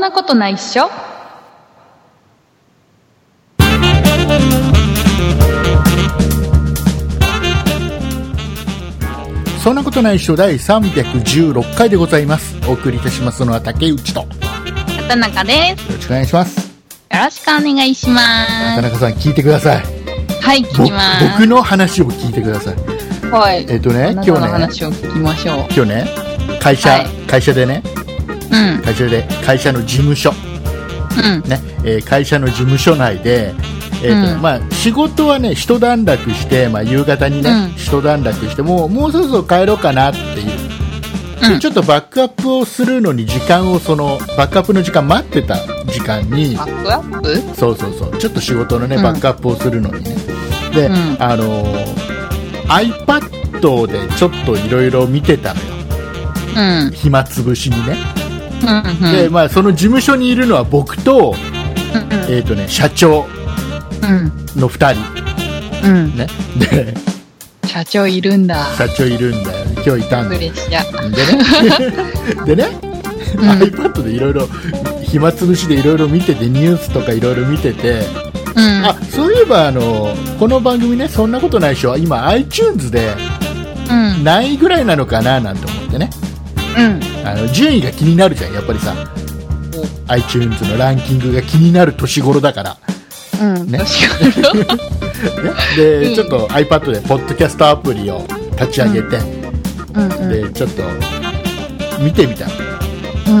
なことないっしょそんなことないっしょ第316回でございますお送りいたしますのは竹内とよ畑中ですろしくお願いしますよろしくお願いしま田中さん聞いてくださいすはい聞きぼます僕の話を聞いてくださいはいえっ、とねあな今日たのね話を聞きましょう今日ね会社、はい会社でねうん会社で会社の事務所うんね、えー会社の事務所内で、えーとうんまあ、仕事はね一段落して、まあ、夕方にね、うん一段落してもうもうそろそろ帰ろうかなっていう、うんちょっとバックアップをするのに時間をそのバックアップの時間待ってた時間にバックアップそうそうそうちょっと仕事のね、うんバックアップをするのにねで、うんあのー iPad でちょっといろいろ見てたのようん暇つぶしにね、うんうんでまあ、その事務所にいるのは僕と,、えーとね、社長うんの2人うんうんね、で社長いるんだ社長いるんだよ今日いたんプだレよッシャーでね でね、うん iPad でいろいろ暇つぶしでいろいろ見ててニュースとかいろいろ見てて、うんあそういえばあのこの番組ねそんなことないでしょ今 iTunes でうん何位ぐらいなのかななんて思ってねうんあの順位が気になるじゃんやっぱりさ iTunes のランキングが気になる年頃だから、うんねどうしようね、で、うんちょっと iPad でポッドキャストアプリを立ち上げて、うんうんでちょっと見てみたの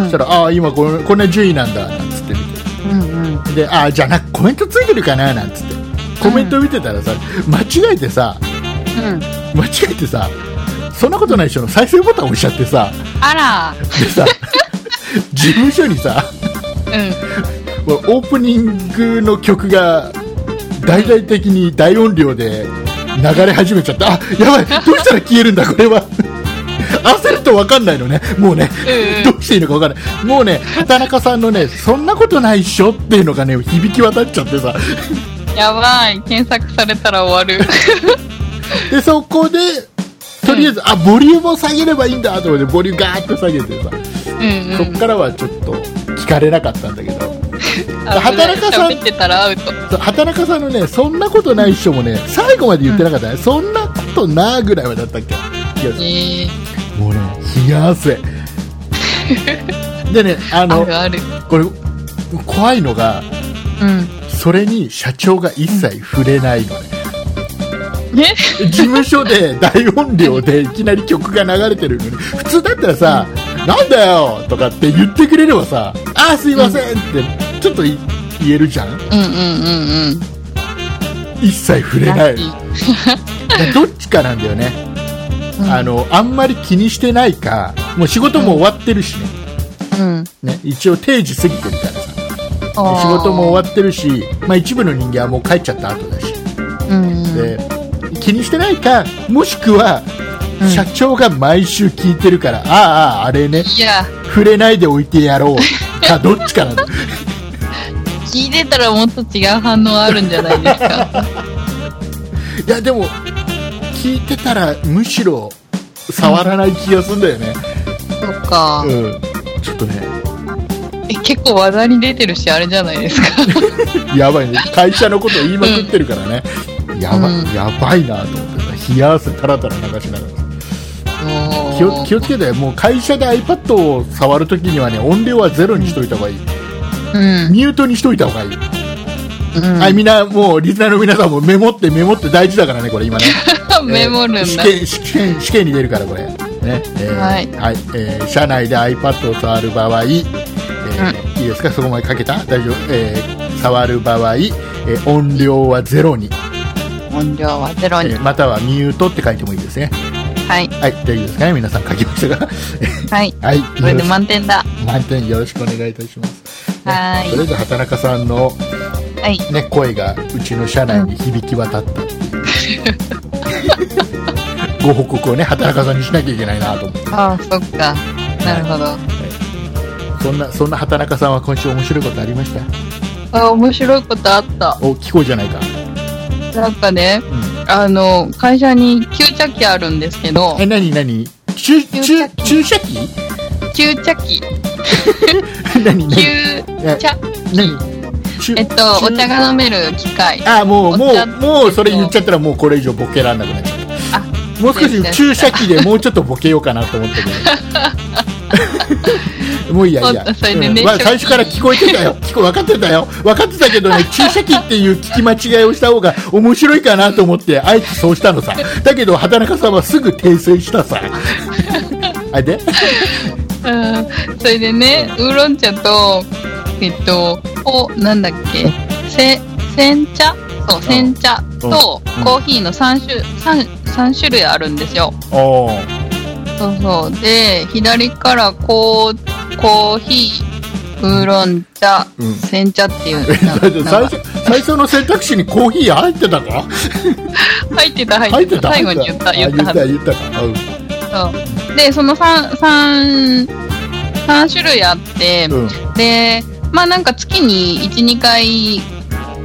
うんそしたら、ああ、今こんこんな順位なんだ、なんつって見うんうんて。で、ああ、じゃあな、コメントついてるかな、なんつって。コメント見てたらさ、間違えてさ、うん間違えてさ、そんなことないでしょの再生ボタン押しちゃってさ、あで さ、事務所にさ、らうんオープニングの曲が大々的に大音量で流れ始めちゃって、あ、やばい、どうしたら消えるんだ、これは。焦ると分かんないのね、もうね、うんどうしていいのか分かんない。もうね、田中さんのね、そんなことないっしょっていうのがね、響き渡っちゃってさ。やばい検索されたら終 わるで、そこで、とりあえず、あ、ボリュームを下げればいいんだと思って、ボリュームガーッと下げてさ、うんうそっんからはちょっと聞かれなかったんだけど、危ない働かさん喋ってたらアウトそう畑中さんのね、そんなことないっしょもね、最後まで言ってなかったね。そんなことなぐらいはだったっけいやえーもうね、冷や汗。でね、ああの、るあるこれ、怖いのが、うんそれに社長が一切触れないのね。ね事務所で大音量でいきなり曲が流れてるのに普通だったらさ「なんだよ!」とかって言ってくれればさ「あーすいません」ってちょっとい言えるじゃんうんうんうんうん一切触れないどっちかなんだよね、うんあのあんまり気にしてないかもう仕事も終わってるしね,、うんね一応定時過ぎてるからさ仕事も終わってるし、まあ、一部の人間はもう帰っちゃった後だし、うんうんで気にしてないかもしくはうん社長が毎週聞いてるから、あああああれねいや触れないでおいてやろう かどっちかなんだ聞いてたらもっと違う反応あるんじゃないですかいやでも聞いてたらむしろ触らない気がするんだよね、 そっかうんちょっとねえ結構話題に出てるしあれじゃないですかやばいね会社のことを言いまくってるからね、やばうんやばいなと思ってさ冷や汗たらたら流しながら気を気をつけてもう会社で iPad を触るときにはね音量はゼロにしといた方がいいうんミュートにしといた方がいいうんはい、みんな、もう、リスナーの皆さんもメモってメモって大事だからね、これ今ね。 メモるんだえー試験、試験、試験に出るから、これ。ね。えーはいえー社内で iPad を触る場合、えーいいですかそこまでかけた大丈夫えー触る場合、えー音量はゼロに、音量はゼロえにーまたはミュートって書いてもいいですね。はいはい、大丈夫ですかね皆さん書きましたか はいはい、これでよ満点だろし満点よろしくお願いいたします。ねはいとりあえず、畑中さんの、はいね、声がうちの社内に響き渡ったっていう、 ご報告をね畑中さんにしなきゃいけないなと思ってああそっかなるほどそんなそんな畑中さんは今週面白いことありましたあ面白いことあったお聞こうじゃないか、なんかねうん、あの会社に吸着機あるんですけどえ何何注注注射器注射器吸着機 何何吸え茶何えっと、お茶が飲める機械。あもうもお茶うもうそれ言っちゃったらもうこれ以上ボケらんなくなっちゃったあもう少失礼ししました注射器でもうちょっとボケようかなと思 ったけどもういいやいいや、そうそれでねうんわ正直最初から聞こえてたよ聞こ分かってたよ分かってたけ どね注射器っていう聞き間違いをした方が面白いかなと思ってあえてそうしたのさだけど畑中さんはすぐ訂正し たさあでうん。それでね、ウーロン茶と、えっと、お、なんだっけ、せ、煎茶そう、煎茶とうんコーヒーの3種、三三種類あるんですよ。おーそうそう。で、左からこう、コーヒー、ウーロン茶、うん煎茶っていう。だっなてん最か初最初の選択肢にコーヒー入ってたか入ってた、入入っっててた。た最後に言った、入言っってたたはず。あ言った言ったか、うんそうで、その3、三三種類あって、うんで、まあなんか月に1、2回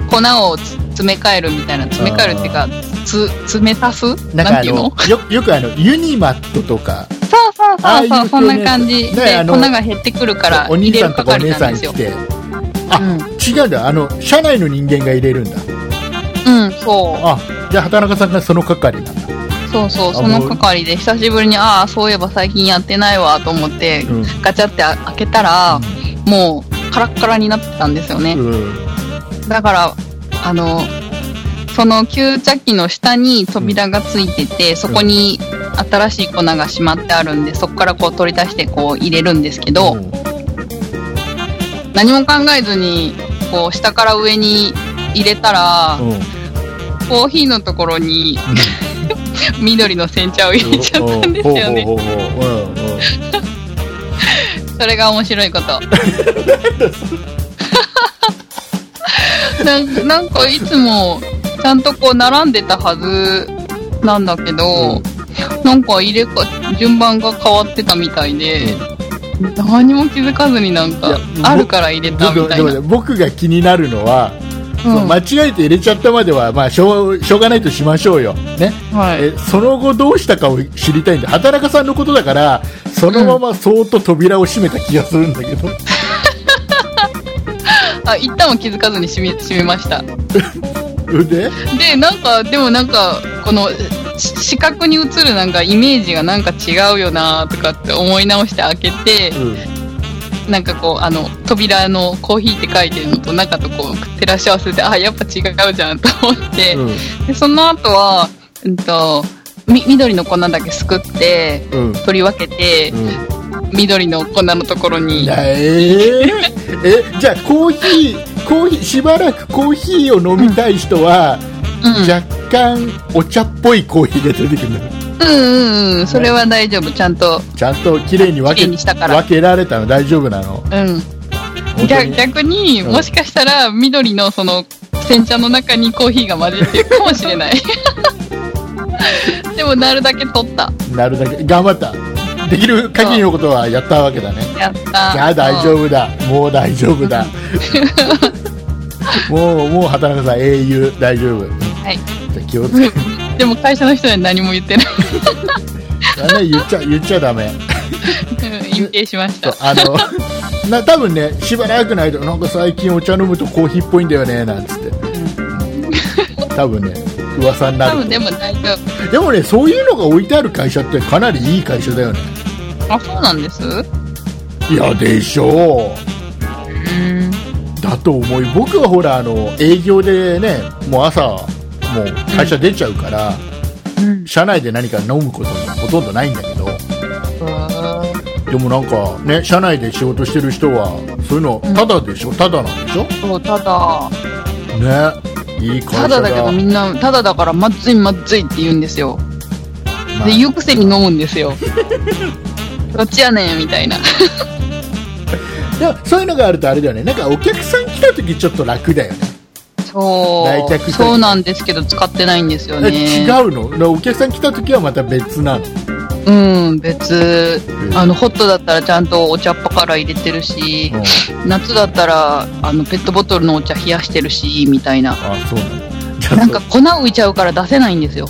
粉をつ詰め替えるみたいな、詰め替えるっていうか、つ詰め足すなんなかんあていうののよよくあのユニマットとかそうそうああそいうそう、う系ねそんな感じ。ねで、あ粉のが減ってくるから、お入兄れさるんとかお係姉なさんんですよ来。てうん違うんだあの社内の人間が入れるんだうん、そう。あじゃあ畑中さんがその係なんだ、そうそう、あその係で久しぶりに、ああ、そういえば最近やってないわと思って、うんガチャってあ開けたら、もうカラッカラになってたんですよね。うん、だから、あの、その吸着器の下に扉がついてて、そこに新しい粉がしまってあるんで、そこからこう取り出してこう入れるんですけど、うん何も考えずに、こう下から上に入れたら、 うんコーヒーのところに緑の煎茶を入れちゃったんですよね。ほうほうほうほううんうんそれが面白いこと。なんなんかいつもちゃんとこう並んでたはずなんだけど、なんか入れか順番が変わってたみたいで、何も気づかずになんいかやあるから入れたみたい僕な。僕僕が気になるのは、うんまあ間違えて入れちゃったまでは、まあ、しょうしょうがないとしましょうよ、ね、はいえその後どうしたかを知りたいんで畑中さんのことだからそのままそーっと扉を閉めた気がするんだけ ど、あ一旦も気づかずに閉め閉めました。ででなんかでもなんかこのし視覚に映るなんかイメージがなんか違うよなとかって思い直して開けて、うんなんかこうあの扉のコーヒーって書いてるのと中とこう照らし合わせてあやっぱ違うじゃんと思って、うんでその後はうんとみ緑の粉だけすくってうん取り分けて、うん緑の粉のところになえーえじゃあコーヒーコーヒーしばらくコーヒーを飲みたい人は、うん若干お茶っぽいコーヒーが出てくるのうんうんうんそれは大丈夫ちゃんとちゃんと綺麗に分綺麗けにしたから分けられたの大丈夫なのうん本当逆に逆にうんもしかしたら緑のその煎茶の中にコーヒーが混じってるかもしれ ないでもなるだけ取ったなるだけ頑張ったできる限りのことはやったわけだねやったじゃあ大丈夫だもう大丈 夫だもうもう畑中さん英雄大丈夫はいじゃあ気をつけて でも会社の人には何も言ってない あね言っちゃ言っちゃダメうん隠蔽しましそうたあの な多分ねしばらくないとなんか最近お茶飲むとコーヒーっぽいんだよねなんつって多分ね噂にな多る分でも大丈でもねそういうのが置いてある会社ってかなりいい会社だよね夫あそうなんですういやでしょうーんだと思い僕はほらあの営業でねもう朝もう会社出ちゃうから、うん社内で何か飲むこともほとんどないんだけどでもなんかね社内で仕事してる人はそういうのタダでしょ、タダなんでしょそうただねいい会た社だだだけどみんなただだからまずいまずいって言うんですよまあで言うくせに飲むんですよ どっちやねんみたいなでもそういうのがあるとあれだよねなんかお客さん来た時ちょっと楽だよね来そ客う。先そうなんですけど、使ってないんですよね。え違うのだからお客さん来た時はまた別なのうん、別う。んあの、ホットだったらちゃんとお茶っ葉から入れてるし、夏だったら、あの、ペットボトルのお茶冷やしてるし、みたいな。あそうなのじゃあなんか粉浮いちゃうから出せないんですよ。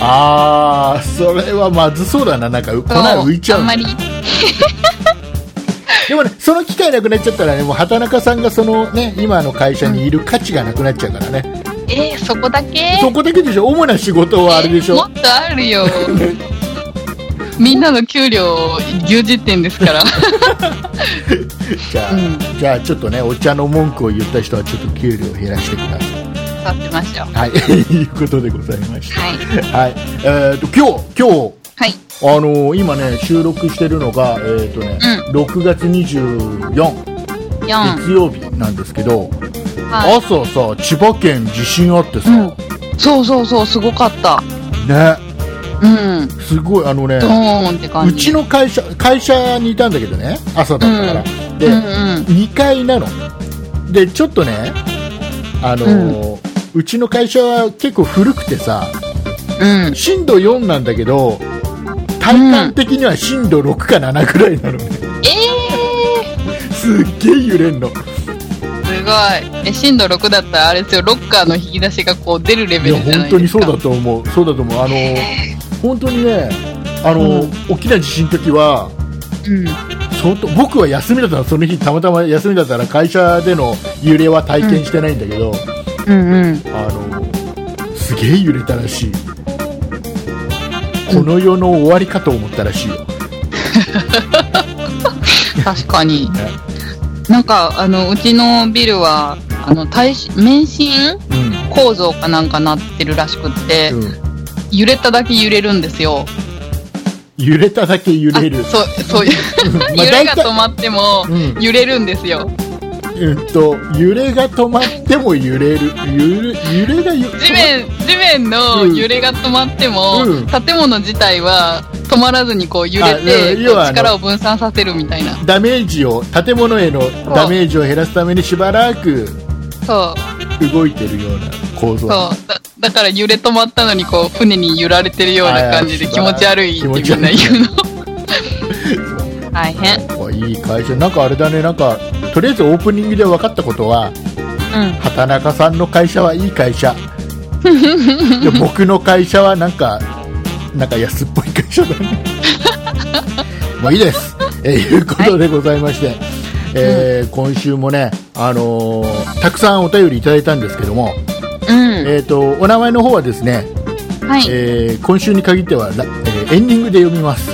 ああそれはまずそうだななんかう粉浮いちゃあうんのまり。でもね、その機会なくなっちゃったらね、もう畑中さんがそのね、今の会社にいる価値がなくなっちゃうからね。えー、そこだけそこだけでしょ主な仕事はあれでしもょっとある よ。みんなの給料牛耳ってんです から。じゃあ、うんじゃあちょっとね、お茶の文句を言った人はちょっと給料を減らしてください。させましょう。はい、 いうことでございました。はい。はい。えっ、と、今日、今日、はい。あのー今ね、収録してるのが、えっ、とね、6月24、 4。月曜日なんですけど、は朝さ、千葉県地震あってい。さ、うん。そうそうそう、すごかった。ね、うん。すごい、あのねド、ーンって感うじ。ちの会社、会社にいたんだけどね、朝だったから。で、うんうん。 2階なの。で、ちょっとね、あのーうちの会社は結構古くてさ、うん。震度4なんだけど、体感的には震度6か7くらいなのね。ええすっげえ揺れんの。ー、すごい。え、震度6だったらあれですよ、ロッカーの引き出しがこう出るレいベや、ルじゃな本い当でにすそか。うだと思う。そうだと思 う。あのー、本当にね、あのー、大きな地震の時は、うん。相当僕は休みだったのその日たまたま休みだったから会社での揺れは体験してないんだけど、うんうん。あのすげえ揺れたらしいこの世の終わりかと思ったらしいよ、確かにね。なんか、あの、うちのビルは、あの、耐震、免震うん構造かなんかなってるらしくって、うん揺れただけ揺れるんですよ。揺れただけ揺れるあそう、そういう、うん まあ揺れが大体止まっても、うん揺れるんですよ。うんと揺れが止まっても揺れる揺れ揺れがゆ地面、地面のうん揺れが止まっても、うん建物自体は止まらずにこう揺れあて、要はこう力を分散させるみたいな。ダメージを建物へのダメージを減らすためにしばらくそう、動いてるような構そ造う。だだから揺れ止まったのにこう船に揺られてるような感じであー気持ち悪いってみんな言うの。大変。あいい会社なんかあれだねなんかとりあえずオープニングで分かったことはう畑中さんの会社はいい会社いや僕の会社はなんかなんか安っぽい会社だね まあいいですえーいうことでございまして、えー今週もね、あのーたくさんお便りいただいたんですけども、ん。うえー、とお名前の方はですね、ん。はい。えー今週に限っては、らえーエンディングで読みます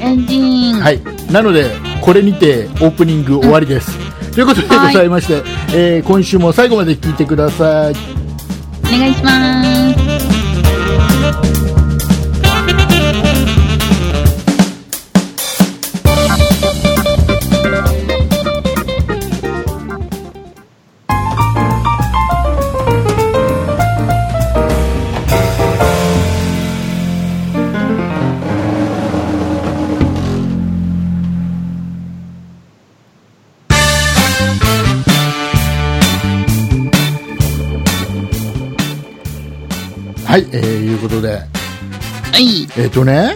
エンディン。はい、なのでこれにてオープニング終わりです、ということでございまして、えー今週も最後まで聞いてくださいお願いします。はい、えーいうことではい。えっ、とね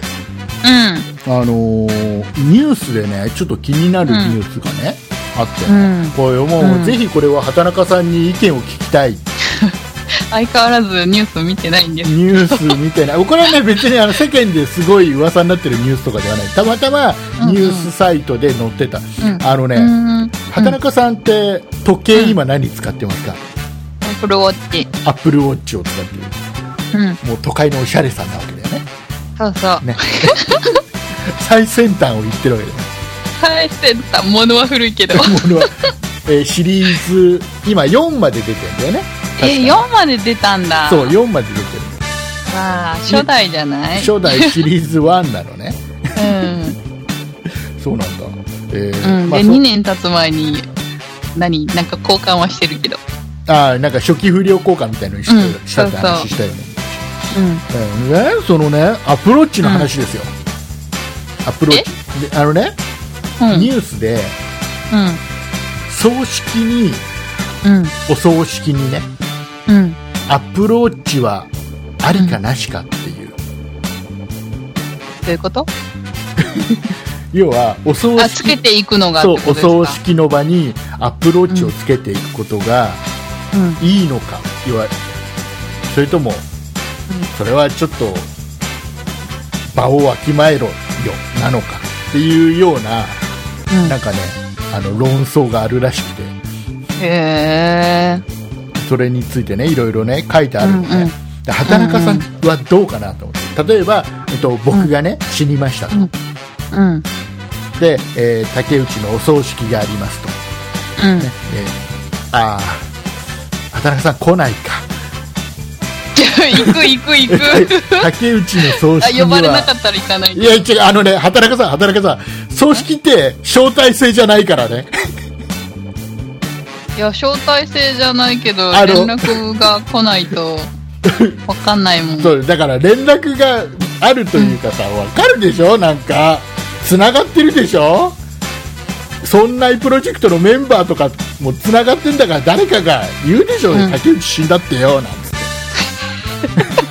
うあのーニュースでねちょっと気になるニュースがね、あって、ん。うん。これもう、うんぜひこれは畑中さんに意見を聞きたい相変わらずニュース見てないんです。ニュースみたいなこれはね 別にあの世間ですごい噂になってるニュースとかではないたまたまニュースサイトで載ってた、うんあのね、うん。畑中さんって時計今何使ってますか、プロウォッチ。アップルウォッチを使ってるうん。もう都会のおしゃれさんなわけだよねそうそう。 ね最先端を言ってるわけだよね最先端、物は古い けど。もの は、えーシリーズ今4まで出てるんだよねえ、確か4まで出たんだ。そう。4まで出てるわあ、初代じゃない初代シリーズ1なのねそうなんだえうん。ーうん。まあで、そ2年経つ前に、何なんか交換はしてるけど。あーなんか初期不良交換みたいのにし,、うんしたってそうそう話したよねうん。うんね、そのねアプローチの話ですよ、アプローチであのね、うん。ニュースで葬式にうん。うん。お葬式にねうん。アプローチはありかなしかっていう、どういうこと要はお葬あ、つけ式ていくのがってそうことおですか葬式の場にアプローチをつけていくことがうん。いいのか、要はそれともそれはちょっと場をわきまえろよなのかっていうようなうん。なんかねあの論争があるらしくてへえ。それについてねいろいろね書いてあるのね、うんうんで畑中さんはどうかなと思って例えば、えっと、僕がね、死にましたと、うんうん。で、えー竹内のお葬式がありますと、うん。えーああ畑中さん来 ないかじゃあ行く行く行く。竹内の葬あ式には呼ばれなかったら行かない。いや違うあのね働かさん働かさん葬式って招待制じゃないからねいや、招待制じゃないけど、あの連絡が来ない と、わかんないもん。うそうだから連絡があるというかさわかるでしょなんかつながってるでしょそんなプロジェクトのメンバーとかもつながってんだから誰かが言うでしょ、うん竹内死んだってよなんつって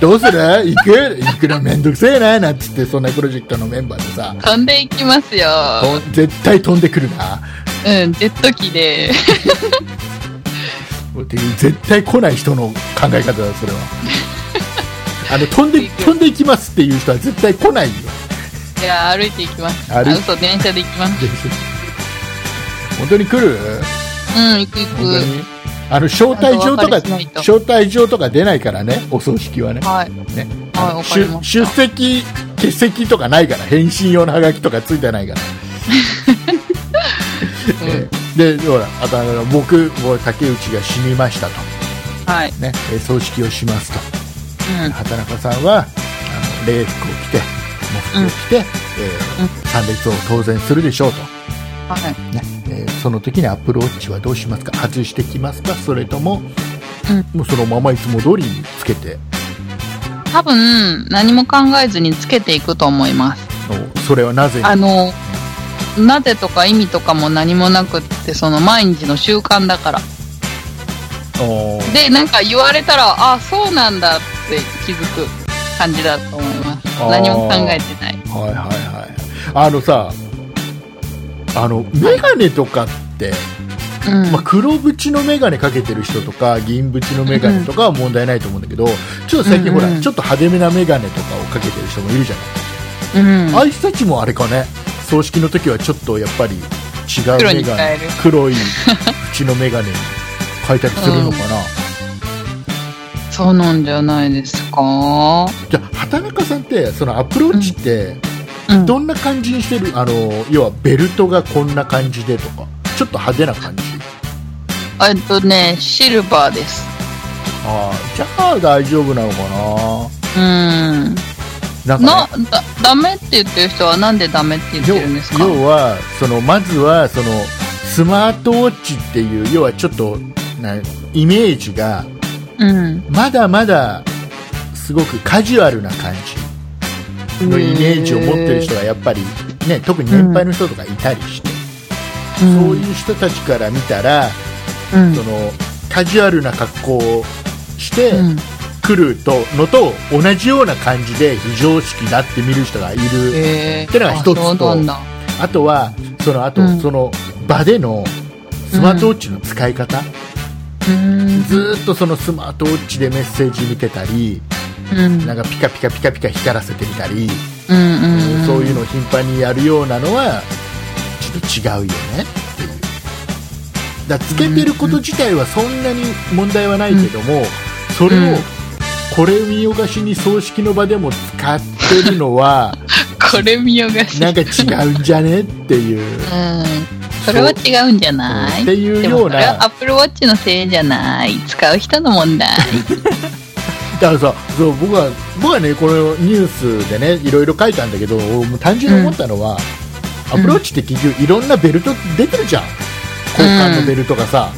どうする行く行くのめんどくせえななんつってそんなプロジェクトのメンバーでさ飛んでいきますよ。と絶対飛んでくるなうん、ジェット機で。 っていう絶対来ない人の考え方だそれはあの飛んで飛んでいきますっていう人は絶対来ないよいや、歩いていきます。あ、歩い嘘、電車で行きます。本当に来るうん、行く本当行にあの招待状とかあのお別れしないと招待状とか出ないからねお葬式はねく。はい。ねはい、わかりま出し出た。席欠席とかないから返信用のハガキとかついてないから、えーでほらあとあの僕僕竹内が死にましたと、うん、はい。ね、えー葬式をしますとうん。畑中さんはあの礼服を着て喪服を着て、えー参列を当然するでしょうと、はい。ねえーその時にアップルウォッチはどうしますか外してきますかそれとも,、もうそのままいつも通りにつけて多分、何も考えずにつけていくと思います。おそれはなぜにあの、なぜとか意味とかも何もなくって、その毎日の習慣だから。おーで、なんか言われたら、あ、そうなんだって気づく感じだと思います。あー何も考えてない。はいはいはいあのさあの眼鏡とかって、うん。まあ、黒縁の眼鏡かけてる人とか銀縁の眼鏡とかは問題ないと思うんだけど、ちょっと最近ほら、うんうんちょっと派手めな眼鏡とかをかけてる人もいるじゃないうん。あいつたちもあれかね葬式の時はちょっとやっぱり違う黒メにガ変えネる黒い縁のメガネに変えたりするの かな、そうなんじゃないですか。じゃあ畑中さんってそのアプローチってうん。どんな感じにしてる、あの要はベルトがこんな感じでとかちょっと派手な感じえっとね、シルバーです。ああじゃあ大丈夫なのかうん。ななんなか、だ、ダメって言ってる人はなんでダメって言っね、てるんですか要要はそのまずはそのスマートウォッチっていう要はちょっとなイメージがうん。まだまだすごくカジュアルな感じのイメージを持ってる人がやっぱり、ね、特に年配の人とかいたりして、そういう人たちから見たら、うん、そのカジュアルな格好をしてうん来るとのと同じような感じで非常識だって見る人がいる、へーってのが一つとあそうなんだあとはそのあと、うんその場でのスマートウォッチの使い方、うんずーっとそのスマートウォッチでメッセージ見てたりうんなんかピカピカピカピカ光らせてみたり。うんうんそういうのを頻繁にやるようなのはちょっと違うよねっていうだからつけてること自体はそんなに問題はないけども、それうんをこれ見よがしに葬式の場でも使ってるの はこれ見よがしなんか違うんじゃねっていううんそれは違うんじゃないっていうようなでもそれはアップルウォッチのせいじゃない使う人の問 題だからさそう僕は僕はねこのニュースでねいろいろ書いたんだけどもう単純に思ったのは、アプローチって結局いろんなベルト出てるじゃん交換のベルトがさ、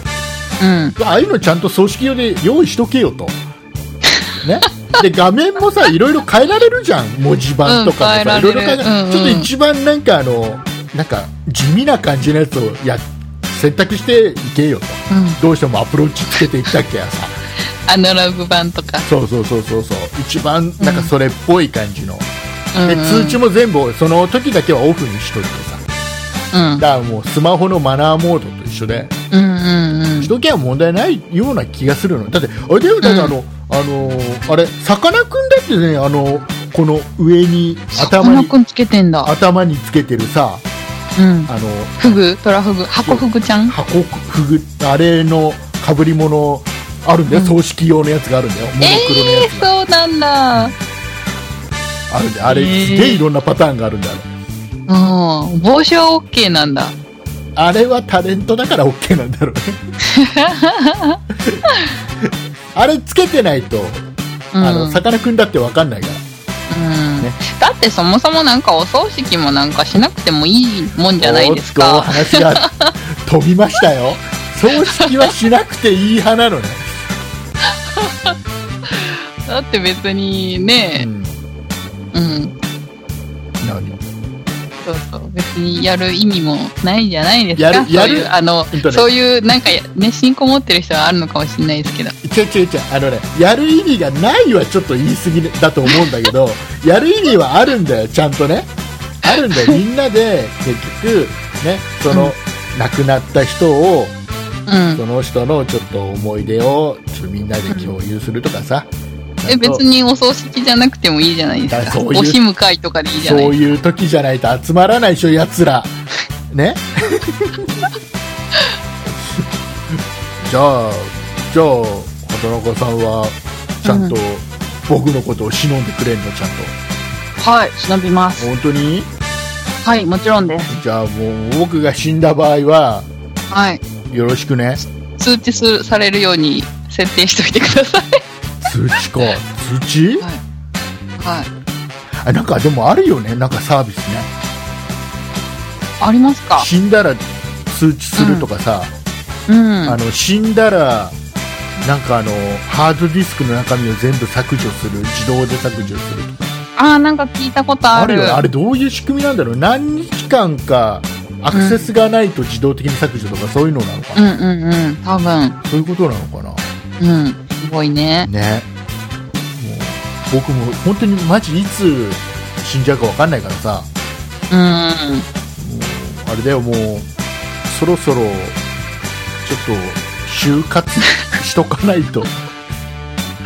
うんああいうのちゃんと葬式用で用意しとけよと。ね、で画面もさ、いろいろ変えられるじゃん、文字盤とかもうさ、んいろいろ変えられる変えられるちょっうんとうん一番なんかあの、なんか地味な感じのやつをや選択していけよと、うんどうしてもアプローチつけていったっけやさ、アナログ版とか、そうそうそうそうそう、一番なんかそれっぽい感じの、うんで通知も全部、その時だけはオフにしといてさ、うんだからもうスマホのマナーモードと一緒で。うんうんうんしとけば問題ないような気がするのだってあれだよだってあの、あのーあれさかなクンだってねあのこの上にさか頭なにクンつけてんだ頭につけてるさうん。あのフグトラフグ箱フグちゃん箱ふぐあれのかぶり物あるんだよ、うん葬式用のやつがあるんだよモノクロのえやー、つがそうなんだ。うん。あるんだよあれ、えーすげえいろんなパターンがあるんだよ帽子は OK なんだ。あれはタレントだから OK なんだろう ねあれつけてないとうん。あのさかなクンだって分かんないからうんねだってそもそもなんかお葬式もなんかしなくてもいいもんじゃないですおーか。っと話が飛びました よ葬式はしなくていい派なのね、だって別にうね、ん、うん。何そうそう。別にやる意味もないじゃないですやか。るそういやう、るあの本当、ねそういうなんかやね、信仰持ってる人はあるのかもしれないですけど。ちょちょちょあのねやる意味がないはちょっと言い過ぎだと思うんだ けどやる意味はあるんだよちゃんとねある んだよみんなで結局ねそうの、ん亡くなった人をうん。その人のちょっと思い出をちょっとみんなで共有するとかさ、え、別ににお葬式じゃなくてもいいじゃないですだか。そういうおしむ会とかでいいじゃそないうですいう時じゃないと集まらないでしょやつ らねじゃあじゃあ畑中さんはちゃんと僕のことを忍んでくれんのちゃんとか。はい、忍びます。本当にはい、もちろんです。じゃあもう僕が死んだ場合ははい。よろしくね通知するされるように設定しといてください。通知か通知はい。あなんかでもあるよねなんかサービスねありますか死んだら通知するとかさ、うん。あの死んだらなんかあのハードディスクの中身を全部削除する自動で削除するとかあーなんか聞いたことある。よねあれどういう仕組みなんだろう何日間かアクセスがないと自動的に削除とかそういうのなのかうな、んうんうん。多分。そういうことなのかなうん。すごいね。ねもう僕も本当にマジいつ死んじゃうか分かんないからさうん。もうあれだよもうそろそろちょっと就活しとかない とも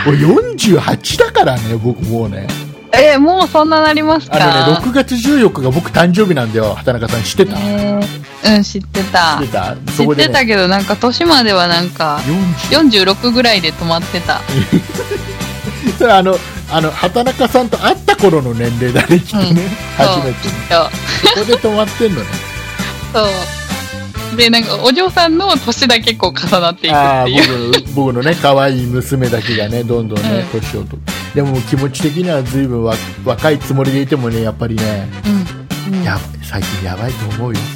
う48だからね僕もうねえーもうそんななりますかあのね6月14日が僕誕生日なんだよ畑中さん知ってた、えーうん、知ってた知っ。てた知そこっで、てたね、けど、なんか年まではなんか、 40 46ぐらいで止まってた。それあのあの畑中さんと会った頃の年齢だねきっとね、うん初めてそう、きっと。そこで止まってんのねそう。で、なんか、お嬢さんの年だけこう重なっていくっああていう。僕の僕のね可愛い娘だけがねどんどんねう年を取ってでも気持ち的には随分わ若いつもりでいてもねやっぱりねうん。うんや最近やばいと思うよ、も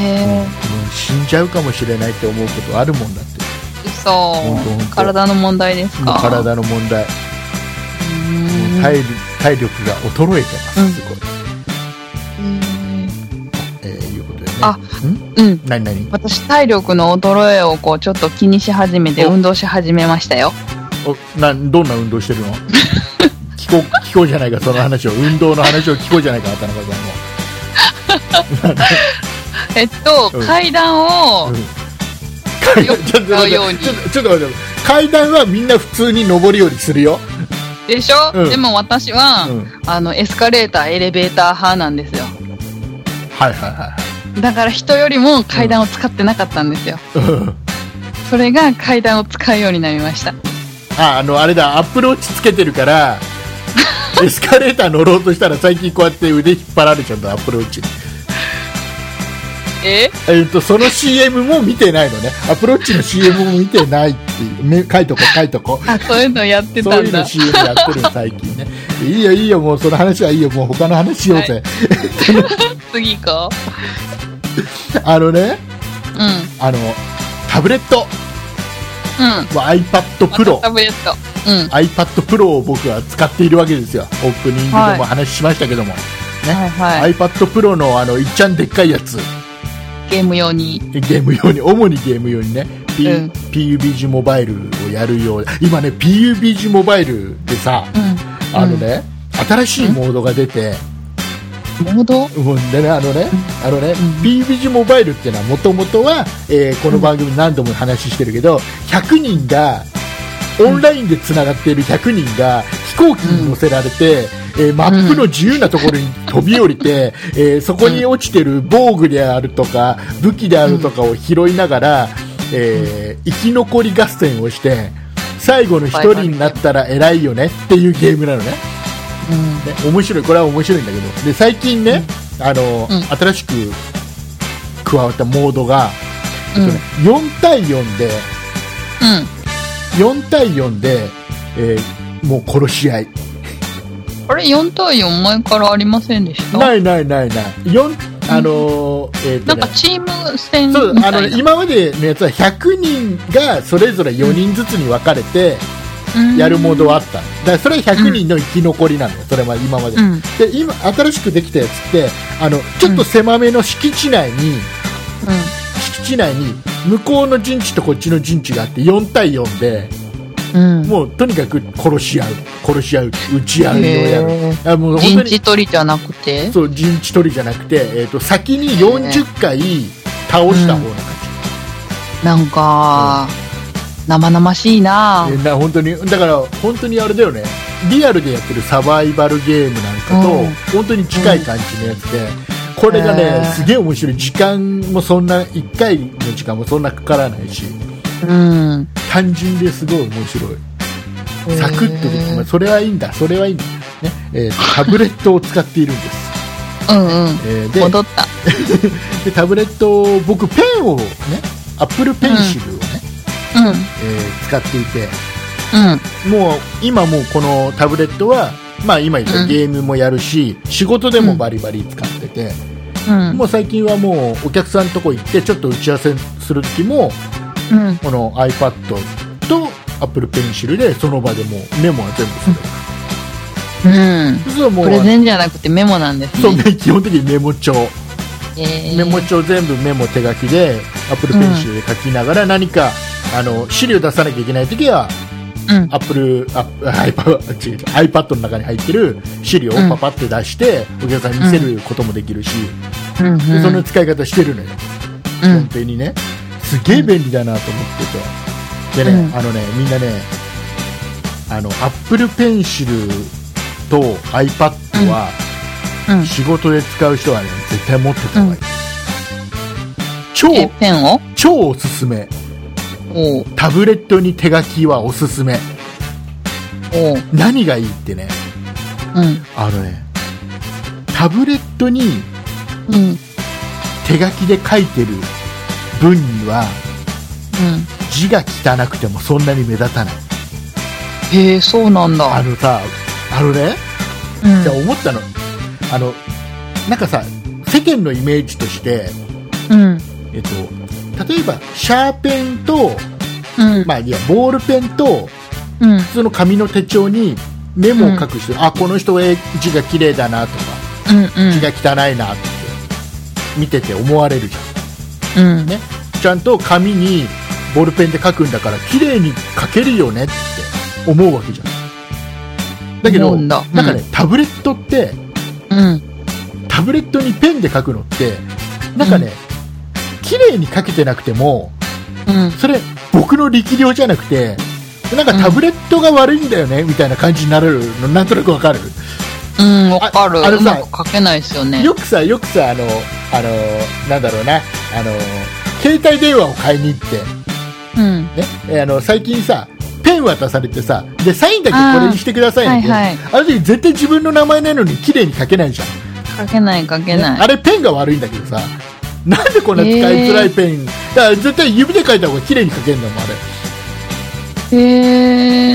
えう死んじゃうかもしれないって思うことあるもんだってー、嘘ほんとほんと。体の問題ですもうか体の問題うんもう体力体力が衰えてまうんすすごい、うんえーいうことでねあんうん。何何私体力の衰えをこうちょっと気にし始めてお運動し始めましたよおなどんな運動してるの 聞こう聞こうじゃないかその話を運動の話を聞こうじゃないか田中さえっと、うん階段を、んも、うんよくちょっと使う待ようっにてちょっとちょっと待って階段はみんな普通に上り下りするよ、でしょ、うんでも私は、うんあのエスカレーターエレベーター派なんですよはいはいはだから人よりも階段を使ってなかったんですよ、いはいうんそれが階段を使うようになりましたああのあれだアップルウォッチつけてるから エスカレーター乗ろうとしたら最近こうやって腕引っ張られちゃうんだアップルウォッチにええっ、とその CM も見てないのねアップルウォッチの CM も見てないっていうめ書いとこ書いとこあそういうのやってそたういんうのだ CM やってるの最近ねいいよいいよもうその話はいいよもう他の話しようぜ、次行こあのねううんうんあのタブレットは iPad また Pro タブレットうん iPad Pro を僕は使っているわけですよオープニングではいも話しましたけども、ねはいはい iPad Pro のあのいっちゃんでっかいやつゲーム用にゲーム用に主にゲーム用にね、P うん PUBG モバイルをやるよう今ね PUBG モバイルでさ、うんあのね新しいモードが出て、モードもうでねあのね、あのんね、PUBG モバイルっていうのはもともとは、えーこの番組何度も話してるけど、100人がオンラインでつながっている100人が行機に乗せられて、えーマップの自由なところに飛び降りて、えーそこに落ちてる防具であるとか武器であるとかを拾いながら、えー生き残り合戦をして最後の一人になったら偉いよねっていうゲームなのね。ね、面白いこれは面白いんだけどで最近ね、あのうん新しく加わったモードが、うん。うん。 4対4で4対4で、えーもう殺し合いあれ、4対4前からありませんでしたないないないない4あのーえっ、となんねかチーム戦みそうたあいな。のね今までのやつは100人がそれぞれ4人ずつに分かれてやるモードはあった、だからそれは100人の生き残りなのよそれは今まで、うん。で今新しくできたやつってあのちょっと狭めの敷地内に、敷地内に向こうの陣地とこっちの陣地があって4対4でうん。うん。もうとにかく殺し合う殺し合う撃ち合うようやるへーあもう本当陣に地取りじゃなくてそう陣地取りじゃなくて、えー、と先に40回倒した方の勝なんか、生々しいなち、えーな本当にだから本当にあれだよねリアルでやってるサバイバルゲームなんかと、うん本当に近い感じのやつで、これがね、へーすげえ面白い時間もそんな1回の時間もそんなかからないしうん。単純ですごい面白いサクッとできます。それはいいんだ、それはいいんだ。ね、えータブレットを使っているんです。うんうん。えー戻でった。で、タブレットを、僕、ペンをね、アップルペンシルをね、うん。うえー使っていて、ん。もう、今もうこのタブレットは、まあ今言ったうんゲームもやるし、仕事でもバリバリ使ってて、うん。もう最近はもうお客さんのとこ行って、ちょっと打ち合わせする時も、うん。この iPad と Apple Pencil でその場でもうメモは全部する。うん。そうするともうプレゼンじゃなくてメモなんですそうね。基本的にメモ帳。えーメモ帳全部メモ手書きで、Apple うん Pencil で書きながら何か、あの、資料出さなきゃいけないときは、うん。 Apple、あ iPad 違う違う iPad の中に入ってる資料をうんパパって出して、お客さんに見せることもできるし、うん。うん。でその使い方してるのよ。う本ん。当にね。すげえ便利だなと思ってて。でね、うんあのね、みんなね、あの、Apple Pencil と iPad は、うん。仕事で使う人はね、絶対持ってた方がいい。超、え、ペンを超おすすめ。おうタブレットに手書きはおすすめ。おう何がいいってね、うん。あのね、タブレットにうん。うん。手書きで書いてる分には字が汚くてもそんなに目立たない。へえ、そうなんあだ。のさ、あのね、うんじゃあ思ったの。あの、なんかさ、世間のイメージとして、うん。えっと、例えば、シャーペンと、うん。まあいや、ボールペンと、うん。普通の紙の手帳にメモを書く人、あこの人は字が綺麗だなとかうん。うん字が汚いなって見てて思われるじゃうんん。ねちゃんと紙にボールペンで書くんだから綺麗に書けるよねって思うわけじゃんだけど思うんだうんなんかねタブレットってうん。タブレットにペンで書くのってなんかね、綺麗に書けてなくてもうん。それ僕の力量じゃなくてなんかタブレットが悪いんだよね、みたいな感じになれるのなんとなくわかるうん、わかる。ああのうさまく書けないですよね。よくさよくさあのあのなんだろうなあの携帯電話を買いに行って、うん。ねえーあの最近さペン渡されてさでサインだけこれにしてくださいねってあーはいあの時絶対自分の名前なのに綺麗に書けないじゃん、書けない書けねない。あれペンが悪いんだけどさなんでこんな使いづらいペン、だから絶対指で書いた方が綺麗に書けるんだもんあれへ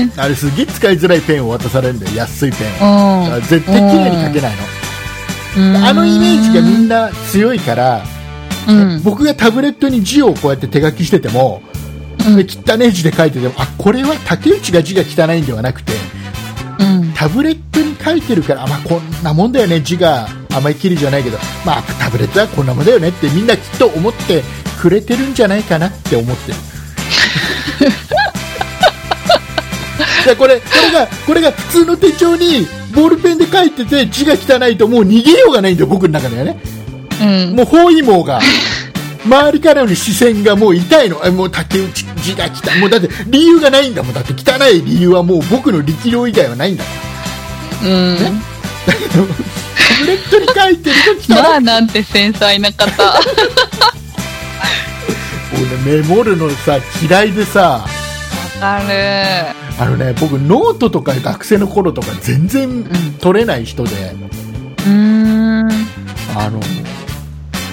え。あれすげえ使いづらいペンを渡されるんだよ安いペンうを、んだから。絶対綺麗に書けないの、うんあのイメージがみんな強いから、うん。僕がタブレットに字をこうやって手書きしてても、うんで汚い字で書いててもあこれは竹内が字が汚いんではなくてうん。タブレットに書いてるからあ、まあ、こんなもんだよね字があまりきりじゃないけど、まあ、タブレットはこんなもんだよねってみんなきっと思ってくれてるんじゃないかなって 思ってる。いやこれこれがこれが普通の手帳にボールペンで書いてて字が汚いともう逃げようがないんだよ、僕の中ではね。うん。もう包囲網 が周りからの視線がもう痛いのあもう竹内字が汚いもうだって理由がないんだもんだって汚い理由はもう僕の力量以外はないんだかうん。タブレットに書いてる時とまあなんて繊細な方。俺メモるのさ嫌いでさある。あのね僕ノートとか学生の頃とか全然取れない人で、うーん。あの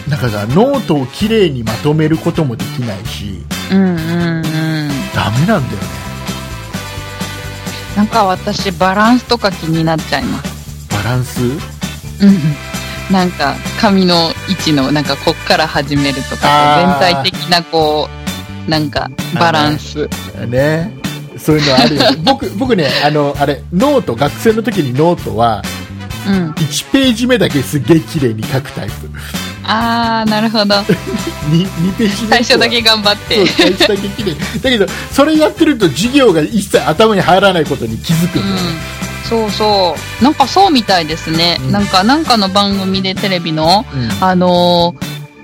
なんかさノートをきれいにまとめることもできないしうんうんうん。ダメなんだよねなんか私、バランスとか気になっちゃいます。バランスうんうん。なんか、紙の位置の、なんか、こっから始めるとあか、ー全体的な、こう、なんか、バランス。ねそういうのあるよね 僕僕ねあのあれノート学生の時にノートはうん。 1ページ目だけすげえ綺麗に書くタイプあー、なるほ ど。 2, 2ページ目最初だけ頑張っそうて。最初だけ綺麗だけどそれやってると授業が一切頭に入らないことに気づくうんだよね、そうそう。なんかそうみたいですね。うんなんか、なんかの番組でテレビの、うんあの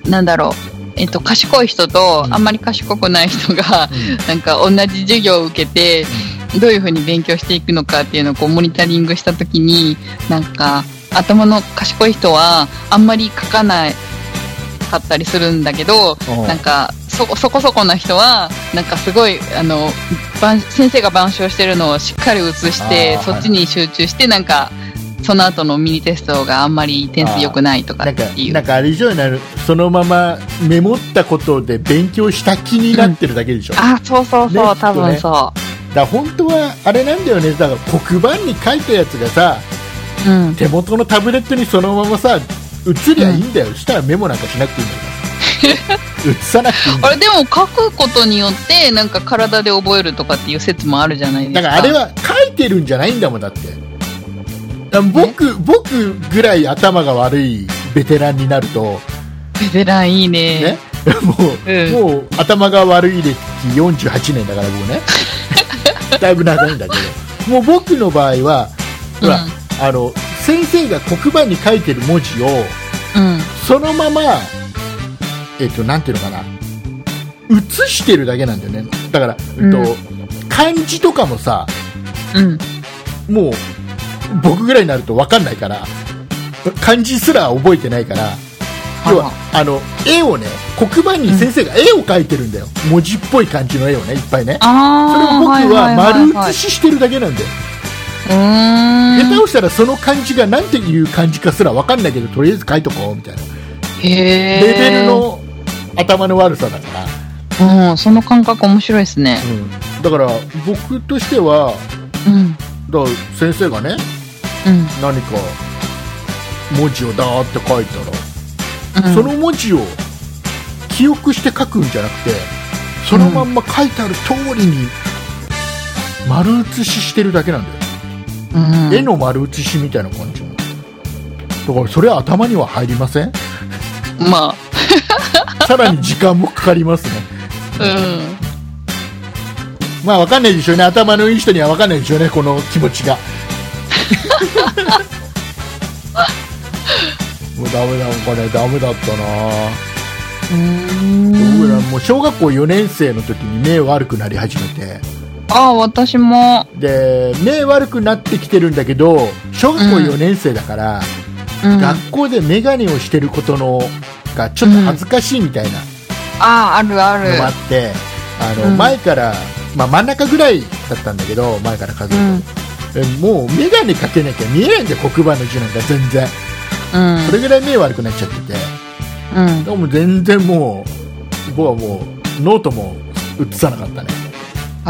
ーなんだろう。えっと、賢い人と、うんあんまり賢くない人が、なんか同じ授業を受けて、どういうふうに勉強していくのかっていうのをこうモニタリングした時に、なんか、頭の賢い人は、あんまり書かない、かったりするんだけど、うんなんか、そ、そこそこな人は、なんかすごい、あの、板先生が板書してるのをしっかり写してあ、ーそっちに集中して、なんか、その後のミニテストがあんまり点数良くないとかなんっかていう。なんかあれ以上になるそのままメモったことで勉強した気になってるだけでしょ、だかあ、そうそうねそう、きっとね多分そら本当はあれなんだよねだから黒板に書いたやつがさう。うん。手元のタブレットにそのままさ写りゃいいんだよ、したらメモなんかしなくていいんだよ 写さなくていいんだあよれでも書くことによって、なんか体で覚えるとかっていう説もあるじゃないですか。だからあれは書いてるんじゃないんだもんだってだから僕僕ぐらい頭が悪いベテランになると、ベテランいいね。ね、 もう、もう頭が悪い歴48年だから 僕ねだいぶ長いんだけどもう僕の場合はほら、うんあの先生が黒板に書いてる文字をうん。そのままえっとなんていうのかな写してるだけなんだよねだから、えっとう漢字とかもさうん。もう僕ぐらいになると分かんないから漢字すら覚えてないから要ははあの絵をね黒板に先生が絵を描いてるんだよ、文字っぽい感じの絵をねいっぱいねそれをあ僕あ、はは丸いはいはいはい写ししてるだけなんだよ、下手うをしたらその漢字が何ていう漢字かすら分かんないけどとりあえず書いとこうみたいなーん。へレえ。ベル。の頭の悪さだから、うん、その感覚面白いですね。うん、だから僕としてはうん。だから先生がねうん。何か文字をダーって書いたらうん、その文字を記憶して書くんじゃなくてそのまんま書いてある通りに丸写ししてるだけなんだよ、うん、絵の丸写しみたいな感じのだからそれは頭には入りませんまあ、さらに時間もかかりますねうん。まあわかんないでしょうね頭のいい人にはわかんないでしょうねこの気 持ちがもうダメだこれダメだったな僕らうん。もう小学校4年生の時に目悪くなり始めてああ、私も。で目悪くなってきてるんだけど小学校うん4年生だから、うん、あ学校で眼鏡をしてることのがちょっと恥ずかしいみたいなあ、あるあのもある。って、あのうん前から、まあ、真ん中ぐらいだったんだけど前から数うえん。て、えもう眼鏡かけなきゃ見えないんだよ黒板の字なんか全然うん。それぐらい目悪くなっちゃっててうんで。ももう全然もう僕はもうノートも写さなかったねへー